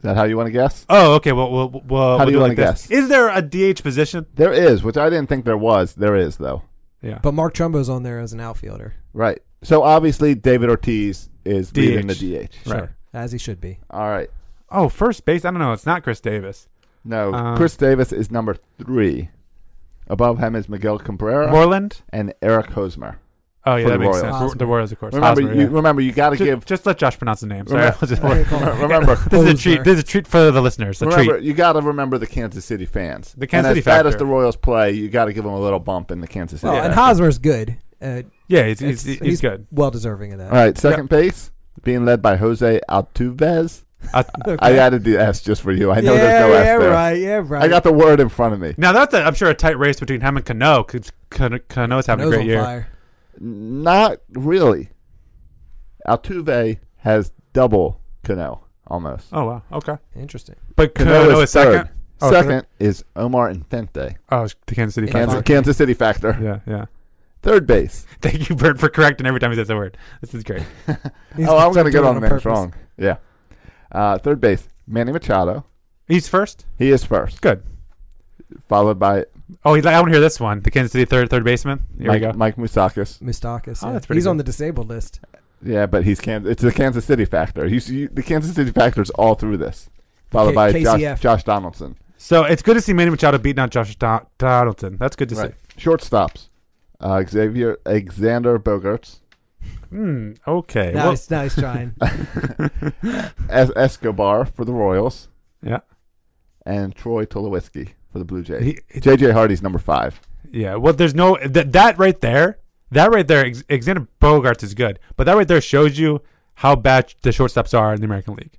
S4: Is that how you want to guess?
S6: Oh, okay. Well, we'll, we'll
S4: How do
S6: we'll
S4: you
S6: like
S4: wanna
S6: this. Is there a DH position?
S4: There is, which I didn't think there was. There is though.
S6: Yeah.
S8: But Mark Trumbo's on there as an outfielder.
S4: Right. So obviously David Ortiz is leading the DH.
S8: Sure. As he should be.
S4: All right.
S6: Oh, first base. I don't know. It's not Chris Davis.
S4: No,
S6: Um,
S4: Chris Davis is number three. Above him is Miguel Cabrera,
S6: Moreland?
S4: and Eric Hosmer.
S6: Oh
S4: Uh,
S6: yeah,
S4: for
S6: that
S4: the
S6: makes
S4: Royals.
S6: sense. The Royals, of course.
S4: Remember,
S6: Hosmer,
S4: you,
S6: yeah.
S4: remember, you got to
S6: Ju-
S4: give.
S6: Just let Josh pronounce the names. Sorry,
S4: Remember-
S6: I was just-
S4: Remember-
S6: this is a treat. This is a treat for the listeners. A
S4: remember,
S6: treat.
S4: you got to remember the Kansas City fans.
S6: The Kansas
S4: and
S6: City
S4: as bad as
S6: factor.
S4: the Royals play, you got to give them a little bump in the Kansas City.
S8: Well, and
S4: factor.
S8: Hosmer's good. Uh,
S6: Yeah, he's- he's-
S8: it's-
S6: he's good.
S8: Well deserving of that.
S4: All right, second base, being led by Jose Altuvez.
S6: Uh,
S4: I added the S just for you. I know there's no
S8: Yeah,
S4: S
S8: yeah,
S4: there.
S8: right, yeah,
S4: I
S8: right.
S4: got the word in front of me.
S6: Now that's a, I'm sure a tight race between him and Cano. Because Cano's having a great year.
S4: Not really. Altuve has double Cano almost.
S6: Oh wow. Okay.
S8: Interesting.
S6: But Cano, is second. Oh,
S4: second is Omar Infante.
S6: Oh, it's the Kansas City
S4: Kansas,
S6: factor.
S4: Kansas City factor.
S6: Yeah, yeah.
S4: Third base.
S6: Thank you, Bert, for correcting every time he says the word. This is great.
S4: oh, I'm going to get
S6: doing it
S4: on
S6: on
S4: there
S6: purpose.
S4: strong. Yeah. Uh, third base, Manny Machado.
S6: He's first.
S4: He is first.
S6: Good.
S4: Followed by
S6: Oh, he's like, I want to hear this one. The Kansas City third third baseman. Here
S4: Mike,
S6: we go.
S4: Mike Moustakis.
S8: Moustakis.
S6: Oh,
S8: yeah.
S6: that's pretty
S8: He's on
S6: good.
S8: the disabled list.
S4: Yeah, but he's Can- it's the Kansas City factor. You see, the Kansas City factor is all through this. Followed
S6: K-
S4: by
S6: KCF.
S4: Josh, Josh Donaldson.
S6: So it's good to see Manny Machado beating out Josh Don- Donaldson. That's good to
S4: Right. Shortstops. Uh, Xavier Alexander Bogarts.
S6: see. Hmm. okay.
S8: Now
S6: well-
S8: he's- now he's trying.
S4: Es- Escobar for the Royals.
S6: Yeah.
S4: And Troy Tulowitzki for the Blue Jays.
S6: He- he-
S4: JJ Hardy's number five.
S6: Yeah. Well, there's no that that right there. That right there, Ex- Xander Bogarts is good, but that right there shows you how bad the shortstops are in the American League.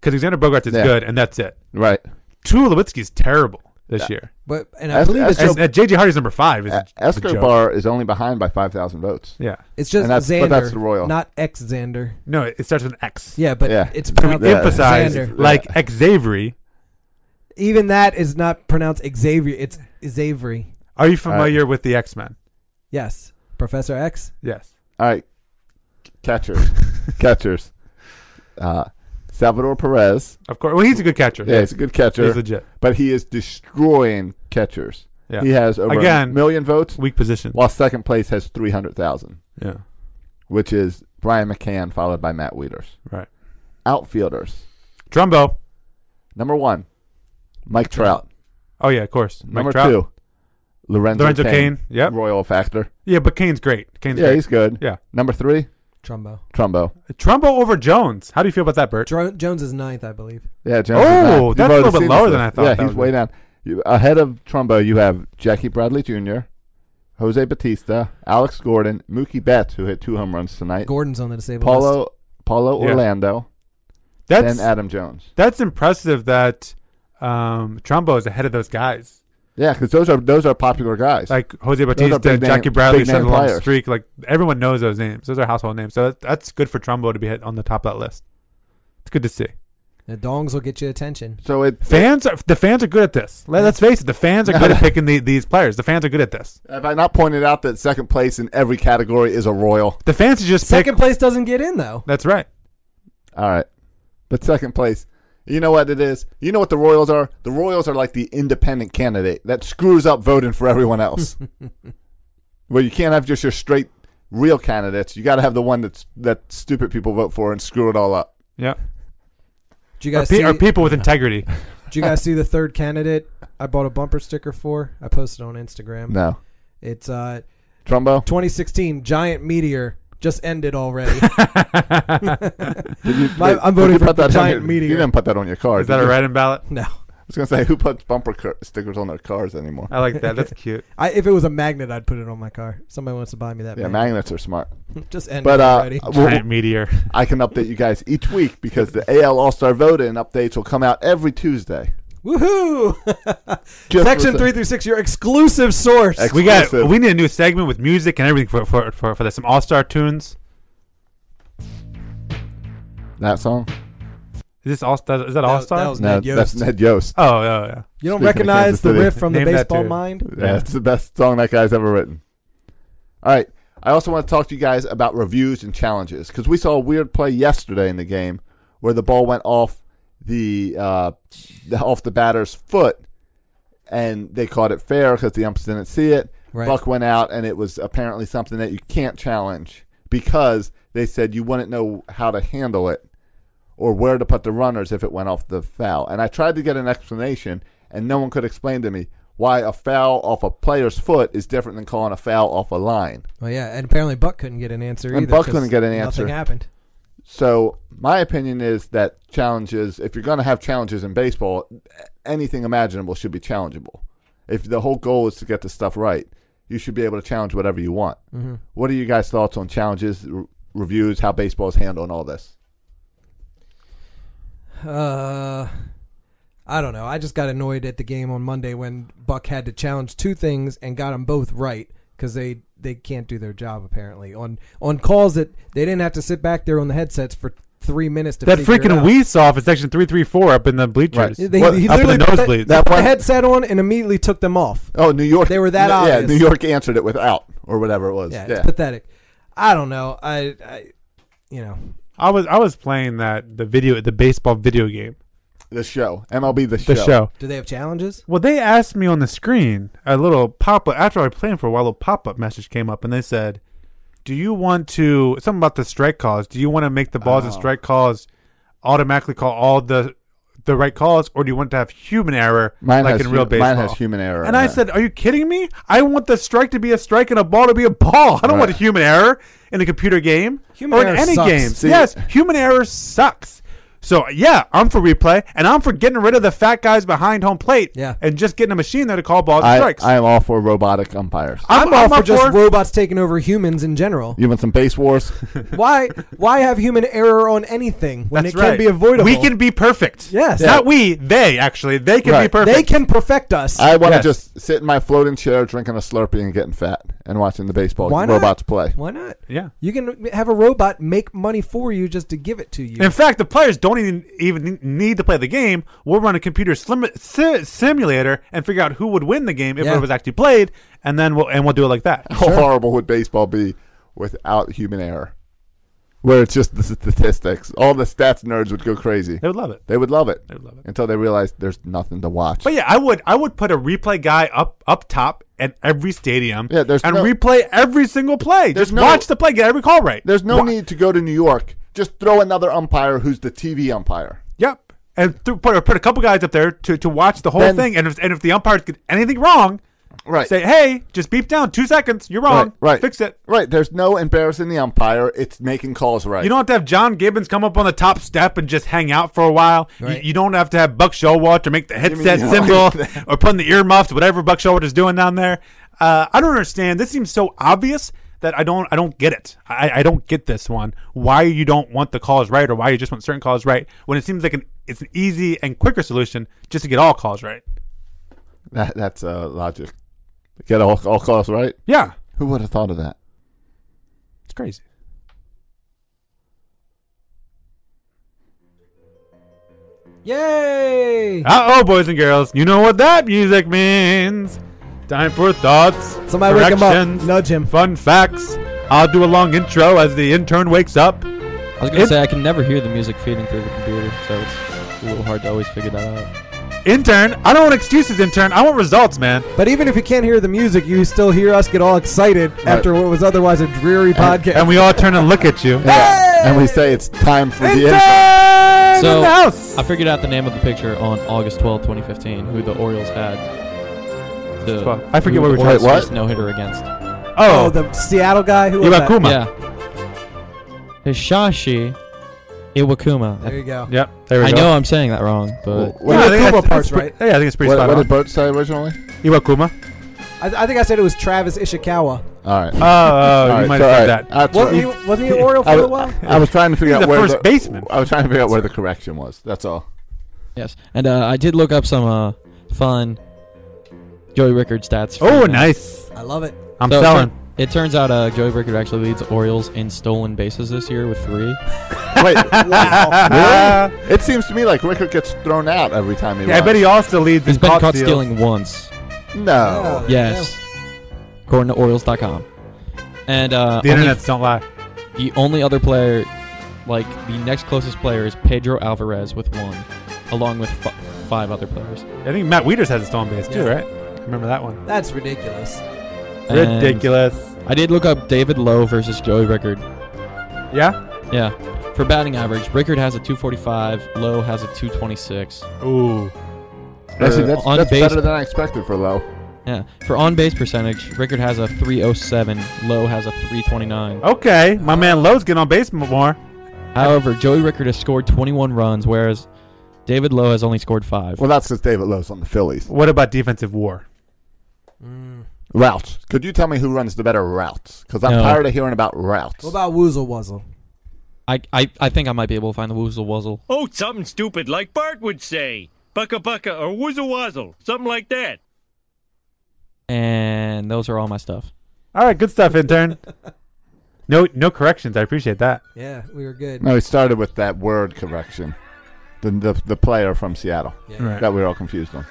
S6: Because Xander Bogarts is
S4: Yeah.
S6: good, and that's it.
S4: Right.
S6: Tulowitzki's terrible this year.
S8: But and
S4: I Es- believe it's Es-
S6: And- and JJ Hardy's number five. Is a- is a joke.
S4: Escobar is only behind by 5,000 votes.
S6: Yeah.
S8: It's just
S4: And that's,
S8: Xander,
S4: But that's the Royal.
S8: not ex Xander.
S6: No, it it starts with an X.
S8: Yeah, but
S4: Yeah.
S8: it's
S4: To be
S8: pronounced
S4: Yeah.
S6: Emphasize
S8: Xander.
S6: like Xavier.
S8: Even that is not pronounced Xavier. It's Xavier.
S6: Are
S4: Uh,
S6: you familiar with the X Men?
S8: Yes, Professor X.
S6: Yes.
S4: All right. Catchers. Catchers. Uh, Salvador Perez.
S6: Of course. Well, he's a good catcher.
S4: Yeah, he's a good catcher.
S6: He's legit.
S4: But he is destroying catchers.
S6: Yeah.
S4: He has over a
S6: Again,
S4: million votes.
S6: Weak position.
S4: While second place has 300,000.
S6: Yeah.
S4: Which is Brian McCann followed by Matt Wieters.
S6: Right.
S4: Outfielders.
S6: Trumbo.
S4: Number one, Mike Trout.
S6: Oh yeah, of course. Mike
S4: Number
S6: Trout.
S4: two, Lorenzo,
S6: Lorenzo
S4: Cain.
S6: Cain, yep.
S4: Royal factor.
S6: Yeah, but Kane's great. Kane's
S4: yeah,
S6: great.
S4: he's good.
S6: Yeah.
S4: Number three,
S8: Trumbo.
S4: Trumbo.
S6: Trumbo over Jones. How do you feel about that, Bert?
S8: Dro- Jones is ninth, I believe.
S4: Yeah, Jones is
S6: Oh,
S4: down. You've
S6: that's a
S4: already
S6: little bit
S4: seen
S6: lower
S4: this
S6: than
S4: list.
S6: I thought
S4: Yeah,
S6: that
S4: he's
S6: would
S4: way
S6: be.
S4: down. You, ahead of Trumbo, you have Jackie Bradley Jr., Jose Batista, Alex Gordon, Mookie Betts, who hit two home runs tonight.
S8: Gordon's on the disabled
S4: Paulo,
S8: list.
S4: Paulo
S6: Yeah.
S4: Orlando.
S6: That's-
S4: then Adam Jones.
S6: That's impressive that um, Trumbo is ahead of those guys.
S4: Yeah, because those are those are popular guys.
S6: Like Jose
S4: Those are
S6: Batista,
S4: big name-
S6: Jackie Bradley,
S4: big name
S6: Seven Long
S4: players.
S6: Streak. Like everyone knows those names. Those are household names. So that, that's good for Trumbo to be hit on the top of that list. It's good to see.
S8: The dongs will get you attention.
S4: So it
S6: Fans are the fans are good at this. Let, us face it, the fans are good at picking the, these players. The fans are good at this.
S4: Have I not pointed out that second place in every category is a Royal?
S6: The fans are just
S8: Second
S6: pick.
S8: place doesn't get in though.
S6: That's right.
S4: All right. But second place, you know what it is? You know what the Royals are? The Royals are like the independent candidate that screws up voting for everyone else. Where you can't have just your straight real candidates. You got to have the one that's that stupid people vote for and screw it all up.
S6: Yeah.
S8: Did you guys
S6: are, pe-
S8: see?
S6: are people with integrity.
S8: did you guys see the third candidate? I bought a bumper sticker for. I posted on Instagram.
S4: No.
S8: It's uh,
S4: Trumbo?
S8: 2016 giant meteor just ended already.
S4: Did you-
S8: My-
S4: wait,
S8: I'm
S4: did
S8: voting
S4: you
S8: for
S4: put that
S8: the
S4: on your-
S8: giant meteor.
S4: You didn't put that on your card.
S6: Is that
S4: did
S6: a
S4: you?
S6: write-in ballot?
S8: No.
S4: I was going to say, who puts bumper cur- stickers on their cars anymore?
S6: I like that. That's cute.
S8: I, if it was a magnet, I'd put it on my car. Somebody wants to buy me that.
S4: Yeah,
S8: magnet.
S4: magnets are smart.
S8: Just end
S4: but
S8: it
S4: uh,
S8: already.
S6: Giant meteor.
S4: I can update you guys each week because the AL All Star voting updates will come out every Tuesday.
S8: Woohoo!
S6: Just
S8: Section
S4: uh,
S6: for-
S8: three through six, your exclusive source.
S6: We got. We need a new segment with music and everything for for for, for this. Some all star tunes.
S4: That song?
S6: Is this all? Is that
S8: No,
S6: all star?
S8: that was No, Ned Yost.
S4: that's Ned Yost.
S6: Oh, yeah, yeah.
S8: You
S4: Speaking
S8: don't
S4: of
S8: recognize
S4: Kansas
S8: the
S4: City.
S8: riff from the
S6: Name that
S8: Baseball
S6: tune.
S8: Mind?
S4: Yeah, it's the best song that guy's ever written. All right. I also want to talk to you guys about reviews and challenges because we saw a weird play yesterday in the game where the ball went off the uh, the- off the batter's foot and they called it fair because the umps didn't see it.
S8: Right.
S4: Buck went out and it was apparently something that you can't challenge because they said you wouldn't know how to handle it or where to put the runners if it went off the foul. And I tried to get an explanation, and no one could explain to me why a foul off a player's foot is different than calling a foul off a line.
S8: Well, yeah, and apparently Buck couldn't get an answer
S4: And
S8: either.
S4: Buck
S8: 'cause
S4: couldn't get an answer.
S8: Nothing happened.
S4: So my opinion is that challenges, if you're going to have challenges in baseball, anything imaginable should be challengeable. If the whole goal is to get the stuff right, you should be able to challenge whatever you want.
S8: Mhm.
S4: What are you guys' thoughts on challenges, r- reviews, how baseball's handling all this?
S8: Uh, I don't know. I just got annoyed at the game on Monday when Buck had to challenge two things and got them both right because they they can't do their job apparently on on calls that they didn't have to sit back there on the headsets for three minutes to
S6: That
S8: figure it
S6: freaking
S8: out.
S6: we saw for section three three four up in the bleachers.
S8: They, he
S6: up in the
S8: literally put
S6: nosebleeds.
S8: that, they put the headset on and immediately took them off.
S4: Oh, New York.
S8: They were that
S4: yeah,
S8: obvious.
S4: New York answered it without or whatever it was.
S8: Yeah,
S4: Yeah.
S8: it's pathetic. I don't know. I, I you know,
S6: I was I was playing that the video the baseball video game.
S4: The show. MLB the show.
S6: The show.
S8: do they have challenges?
S6: Well, they asked me on the screen a little pop up after I was playing for a while. A pop up message came up, and they said, "Do you want to something about the strike calls? Do you want to make the balls and
S4: Oh.
S6: strike calls automatically call all the the right calls, or do you want to have human error
S4: Mine
S6: like
S4: has
S6: in real
S4: hu-
S6: baseball?"
S4: mine has human error
S6: And
S4: in
S6: I
S8: Uh-huh.
S4: it.
S6: said, "Are you kidding me? I want the strike to be a strike and a ball to be a ball. I don't want
S4: Right.
S6: human error in a computer game
S8: Human
S6: or in
S8: error
S6: any
S8: sucks.
S6: game.
S8: See-
S6: yes, human error sucks." So yeah, I'm for replay, and I'm for getting rid of the fat guys behind home plate, yeah. and just getting a machine there to call balls and
S4: I,
S6: strikes.
S4: I am all for robotic umpires.
S8: I'm,
S6: I'm
S8: all for
S6: up
S8: just
S6: for-
S8: robots taking over humans in general.
S4: You want some base wars?
S8: why why have human error on anything when
S6: That's
S8: it
S6: right.
S8: can be avoidable?
S6: We can be perfect.
S8: Yes.
S6: not we. They actually they can
S4: Right.
S6: be perfect.
S8: They can perfect us.
S4: I want to
S6: Yes.
S4: just sit in my floating chair, drinking a Slurpee, and getting fat, and watching the baseball
S8: Why not?
S4: robots play.
S8: Why not?
S6: Yeah.
S8: You can have a robot make money for you just to give it to you.
S6: In fact, the players don't even even need to play the game. We'll run a computer slim, si- simulator and figure out who would win the game if
S8: Yeah.
S6: it was actually played, and then we'll and we'll do it like that.
S4: How horrible would baseball be without human error? Where it's just the statistics. All the stats nerds would go crazy. They
S6: would love it.
S4: They would love it.
S6: They would love it.
S4: Until they realize there's nothing to watch.
S6: But yeah, I would I would put a replay guy up up top at every stadium.
S4: Yeah, there's
S6: and
S4: no-
S6: replay every single play. Just
S4: no-
S6: watch the play, get every call right.
S4: There's no
S6: Wa-
S4: need to go to New York. Just throw another umpire who's the TV umpire.
S6: Yep. And th- put, put a couple guys up there to, to watch the whole
S4: Then-
S6: thing. And if, and if the umpires get anything wrong,
S4: Right.
S6: say, hey, just beep down two seconds. You're wrong.
S4: Right, right.
S6: Fix it.
S4: Right. There's no embarrassing the umpire. It's making calls right.
S6: You don't have to have John Gibbons come up on the top step and just hang out for a while. You-
S4: Right.
S6: You, don't have to have Buck Showalter make the
S4: mean
S6: headset
S4: you don't
S6: symbol
S4: like that?
S6: or put in the earmuffs, whatever Buck Showalter's doing down there. Uh, I don't understand. This seems so obvious that I don't I don't get it. I, I don't get this one. Why you don't want the calls right or why you just want certain calls right when it seems like an it's an easy and quicker solution just to get all calls right.
S4: That, that's uh, logic. Get all, all calls right?
S6: Yeah.
S4: Who would have thought of that?
S6: It's crazy.
S8: Yay!
S6: Uh oh, boys and girls, you know what that music means. Time for thoughts,
S8: Somebody wake him up.
S6: corrections,
S8: Nudge him.
S6: fun facts. I'll do a long intro as the intern wakes up.
S9: I was gonna
S6: It-
S9: say I can never hear the music feeding through the computer, so it's a little hard to always figure that out.
S6: Intern, I don't want excuses, intern. I want results, man.
S8: But even if you can't hear the music, you still hear us get all excited after what was otherwise a dreary podcast.
S6: And we all turn and look at you.
S4: And we say it's time for the
S6: Intern!
S9: So
S6: the house!
S9: I figured out the name of the picture on August twelfth, 2015, who the Orioles had. The-
S6: 12. I
S9: who
S6: forget what
S9: the
S6: we were talking-
S9: Orioles
S6: Wait, what?
S9: faced No hitter against.
S8: oh, the Seattle guy who was that?
S9: Yeah. Hishashi Iwakuma.
S8: There you go.
S6: Yep. There we
S9: I
S6: go.
S9: know I'm saying that wrong, but
S8: Well, Yeah, I think Iwakuma that's- part's
S6: it's pre-
S8: right.
S6: Yeah, I think it's pretty
S4: What,
S6: spot
S4: what
S6: on.
S4: did Bert say originally?
S6: Iwakuma.
S8: I, I think I said it was Travis Ishikawa.
S4: All right.
S6: Oh, oh,
S4: All
S6: you
S4: right,
S6: might
S4: so,
S6: have said
S4: all right.
S6: that.
S4: That's
S8: Wasn't
S4: right.
S8: he, wasn't he an Oriole for
S4: I,
S8: a
S4: was-
S8: while?
S4: I was trying to figure
S6: He's
S4: out
S6: the
S4: where
S6: first baseman.
S4: I was trying to figure out where the correction was. That's all.
S9: Yes, and uh, I did look up some uh, fun Joey Rickard stats. for
S6: Oh,
S9: him.
S6: nice. I
S8: love it.
S6: I'm
S9: it
S6: selling.
S9: turn- It turns out uh, Joey Rickard actually leads the Orioles in stolen bases this year with three.
S4: Wait, wow. really? It seems to me like Rickard gets thrown out every time he.
S6: Yeah, I bet he also leads
S9: He's
S6: in
S9: been
S6: caught
S9: caught
S6: steals.
S9: stealing once.
S4: No.
S9: Yes. According to Orioles.com. And uh,
S6: The internets
S9: don't lie. The only other player, like the next closest player, is Pedro Alvarez with one, along with f- five other players.
S6: I think Matt Wieters has a stolen base too,
S9: Yeah.
S6: right? Remember that one?
S8: That's ridiculous.
S9: And
S6: Ridiculous.
S9: I did look up David Lowe versus Joey Rickard.
S6: Yeah.
S9: Yeah. For batting average, Rickard has a 245. Lowe has a 226.
S6: Ooh.
S4: Actually, that's,
S9: on
S4: that's
S9: base-
S4: better than I expected for Low.
S9: Yeah. For on base percentage, Rickard has a 307. Lowe has a 329.
S6: Okay, my man Lowe's getting on base m- more.
S9: However, Joey Rickard has scored 21 runs, whereas David Lowe has only scored five.
S4: Well, that's because David Lowe's on the Phillies.
S6: What about defensive war?
S4: Route. Could you tell me who runs the better route? Because I'm
S9: No.
S4: tired of hearing about routes.
S8: What about Woozle Wuzzle?
S9: I, I, I think I might be able to find the woozle wuzzle.
S16: Oh, something stupid like Bart would say. Bucka bucka or woozle wazzle, something like that.
S9: And those are all my stuff.
S6: All right, good stuff, intern. no, no corrections. I appreciate that.
S8: Yeah, we were good.
S4: No, he started with that word correction. The, the, the player from Seattle
S8: Yeah. Right.
S4: that we were all confused on.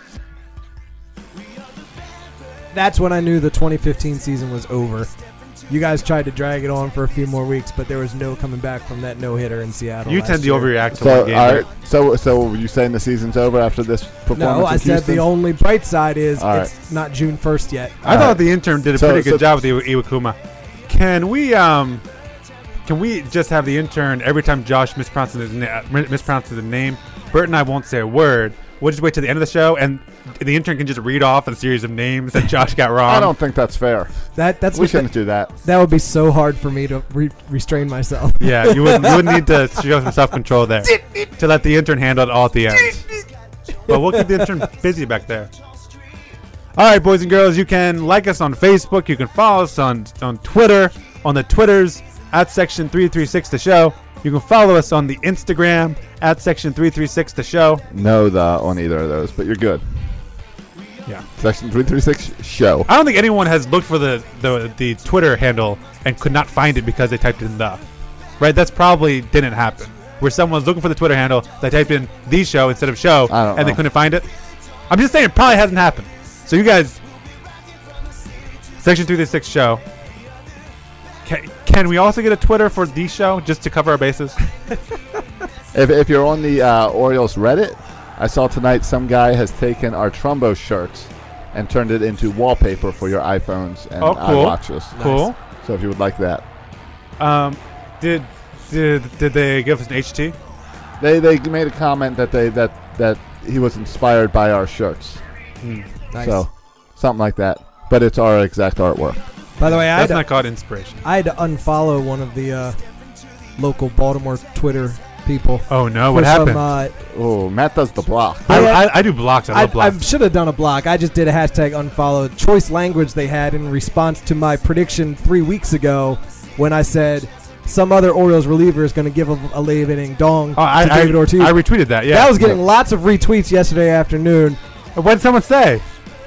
S8: That's when I knew the 2015 season was over. You guys tried to drag it on for a few more weeks, but there was no coming back from that no hitter in Seattle.
S6: You
S8: last
S6: tend to
S8: year.
S6: overreact to
S4: So,
S6: one game.
S4: all
S6: there.
S4: right, so, so were you saying the season's over after this performance?
S8: No, I
S4: in
S8: said
S4: Houston?
S8: the only bright side is
S4: All right.
S8: it's not June 1st yet.
S6: I thought the intern did a
S4: So-
S6: pretty
S4: so-
S6: good job with Iwa- Iwakuma. Can we um, can we just have the intern every time Josh mispronounces his, na- uh, mispronounces his name? Bert and I won't say a word. We'll just wait to the end of the show, and the intern can just read off a series of names that Josh got wrong.
S4: I don't think that's fair.
S8: That that's
S4: we
S8: what the-
S4: shouldn't do that.
S8: That would be so hard for me to re- restrain myself.
S6: Yeah, you would, you would need to show some self control there to let the intern handle it all at the end. But we'll keep the intern busy back there. All right, boys and girls, you can like us on Facebook. You can follow us on, on Twitter, on the Twitters, at Section 336 The Show. You can follow us on the Instagram, at Section 336 The Show.
S4: No, the on either of those, but you're good.
S6: Yeah.
S4: Section three three six show.
S6: I don't think anyone has looked for the, the, the Twitter handle and could not find it because they typed in the. Right? That's probably didn't happen. Where someone's looking for the Twitter handle, they typed in the show instead of show, and they
S4: know.
S6: couldn't find it. I'm just saying, it probably hasn't happened. So you guys, section three to six show. Can, can we also get a Twitter for the show just to cover our bases?
S4: If, if you're on the uh, Orioles Reddit, I saw tonight some guy has taken our Trumbo shirts and turned it into wallpaper for your iPhones and
S6: Oh, cool.
S4: iWatches.
S6: Cool. Nice.
S4: So if you would like that,
S6: Um, did did did they give us an HT?
S4: they they made a comment that they that that he was inspired by our shirts.
S6: Hmm.
S8: Nice.
S4: So something like that, but it's our exact artwork.
S8: By the way, I had,
S6: that's
S8: to,
S6: not called inspiration.
S8: I had to unfollow one of the uh, local Baltimore Twitter people.
S6: Oh no,
S8: for
S6: what
S8: some,
S6: happened?
S8: uh,
S4: Oh, Matt does the block.
S6: I,
S8: I-
S6: I, I do blocks. I
S8: I,
S6: love blocks.
S8: I should have done a block. I just did a hashtag unfollow. Choice language they had in response to my prediction three weeks ago when I said some other Orioles reliever is going to give a, a late inning dong
S6: Oh, I,
S8: to
S6: I,
S8: David Ortiz.
S6: I retweeted that. Yeah,
S8: That was getting lots of retweets yesterday afternoon.
S6: What did someone say?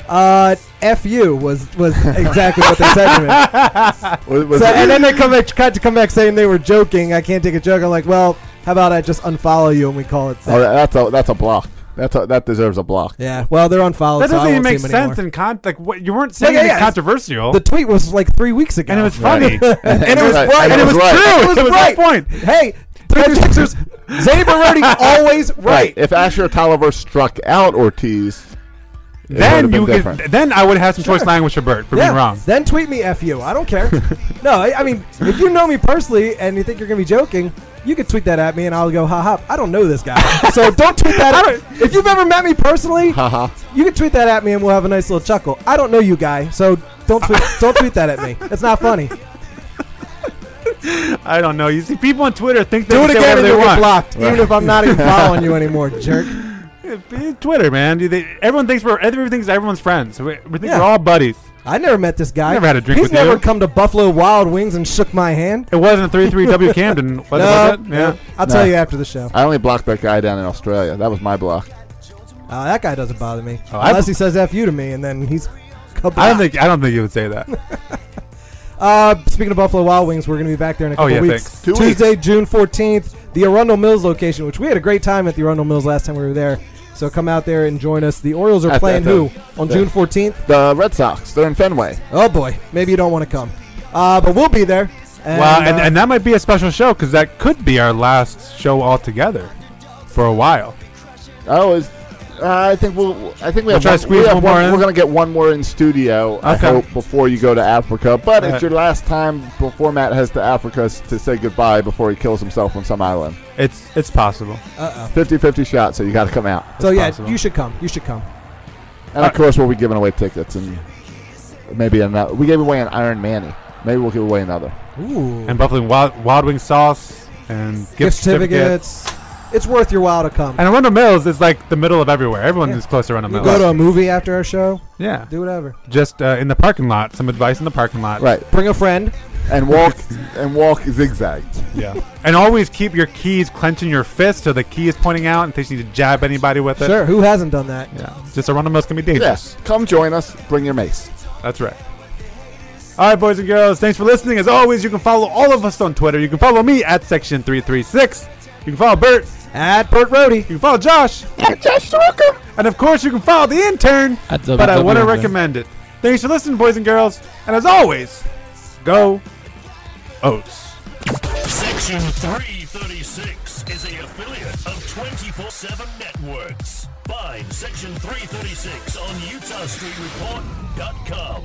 S8: Uh, "F you" was was exactly what they said to me.
S4: Was- was
S8: So,
S4: it-
S8: and then they come back, tried to come back saying they were joking. I can't take a joke. I'm like, well, how about I just unfollow you and we call it
S4: oh,
S8: that?
S4: that's a that's a block. That's a, that deserves a block.
S8: Yeah. Well, they're unfollowed.
S6: That
S8: Oh, so I
S6: doesn't even
S8: won't
S6: make
S8: see them anymore.
S6: sense in con- like what you weren't saying
S8: yeah,
S6: anything
S8: yeah.
S6: controversial.
S8: The tweet was like three weeks ago,
S6: and it was funny.
S8: and, it was
S4: Right,
S8: right,
S4: and it was right.
S6: It
S8: true.
S6: was
S8: It was
S6: right.
S8: right. Point. Hey, Three Sixers, Zane Barodi always
S4: Right.
S8: right.
S4: If Asher Tolliver struck out Ortiz, it would have
S6: then
S4: been
S6: you
S4: different.
S6: could, then I would have some choice language for Bert for
S8: Yeah.
S6: being wrong.
S8: Then tweet me f you. I don't care. no, I, I mean, if you know me personally and you think you're gonna be joking, you could tweet that at me and I'll go ha ha. I don't know this guy, so don't tweet that. at If you've ever met me personally,
S4: Haha.
S8: you can tweet that at me and we'll have a nice little chuckle. I don't know you guy, so don't tweet, don't tweet that at me. It's not funny.
S6: I don't know. You see, people on Twitter think they
S8: Do
S6: can
S8: it
S6: say
S8: again
S6: whatever
S8: and
S6: they
S8: you'll get
S6: want.
S8: blocked, even if I'm not even following you anymore, jerk.
S6: It's Eh, Twitter, man. You- they- Everyone thinks we're everyone thinks everyone's friends. We, we think
S8: Yeah.
S6: we're all buddies.
S8: I never met this guy.
S6: Never had a drink
S8: He's
S6: with
S8: never
S6: you.
S8: come to Buffalo Wild Wings and shook my hand.
S6: It wasn't three three W Camden. Was, it-
S8: No,
S6: was it? Yeah.
S8: I'll
S4: No.
S8: tell you after the show.
S4: I only blocked that guy down in Australia. That was my block.
S8: Uh, that guy doesn't bother me
S6: Oh, I-
S8: unless he says "f you" to me, and then he's.
S6: I don't think I don't think he would say that.
S8: Uh, speaking of Buffalo Wild Wings, we're going to be back there in a
S6: Oh,
S8: couple
S6: yeah,
S8: weeks.
S6: thanks. Two
S8: Tuesday, June 14th, the Arundel Mills location, which we had a great time at the Arundel Mills last time we were there. So come out there and join us. The Orioles are
S4: At-
S8: playing
S4: at the-
S8: who on
S4: the-
S8: June 14th?
S4: The Red Sox. They're in Fenway.
S8: Oh boy, maybe you don't want to come, uh, but we'll be there. And,
S6: well, and,
S8: uh,
S6: and that might be a special show because that could be our last show altogether for a while.
S4: Oh, is uh, I think we'll. I think we
S6: We'll
S4: have.
S6: try
S4: one,
S6: to squeeze
S4: we have
S6: one
S4: one
S6: more in.
S4: We're gonna get one more in studio. I
S6: Okay.
S4: hope before you go to Africa. But it's
S6: Right.
S4: your last time before Matt has to Africa s- to say goodbye before he kills himself on some island.
S6: It's it's possible.
S8: Uh-oh.
S4: 50-50 shot, so you got to come out.
S8: so yeah, you should come. You should come.
S4: And
S6: Uh,
S4: of course, we'll be giving away tickets and maybe another. We gave away an Iron Manny. Maybe we'll give away another.
S8: Ooh.
S6: And Buffalo Wild, Wild Wing sauce and gift,
S8: Gift
S6: certificates.
S8: certificates. It's worth your while to come.
S6: And Arundel Mills is like the middle of everywhere. Everyone
S8: Yeah.
S6: is close to Arundel
S8: You
S6: Mills.
S8: go to a movie after our show.
S6: Yeah.
S8: Do whatever.
S6: Just uh, in the parking lot. Some advice in the parking lot.
S4: Right.
S8: Bring a friend.
S4: And walk and walk zigzag.
S6: Yeah. and always keep your keys clenched in your fist so the key is pointing out in case you need to jab anybody with it.
S8: Sure, who hasn't done that?
S6: Yeah. Just Arundel Mills can be dangerous.
S4: Yes. Come join us. Bring your mace.
S6: That's right. All right, boys and girls, thanks for listening. As always, you can follow all of us on Twitter. You can follow me at Section336. You can follow Bert
S8: at Bert Rohde. You
S6: can follow Josh at Josh Walker. And of course, you can follow the intern,
S9: At
S6: but I want to
S9: WWF.
S6: recommend it. Thanks for listening, boys and girls. And as always, go Oats.
S14: Section 336 is a affiliate of 24 7 Networks. Find Section 336 on UtahStreetReport.com.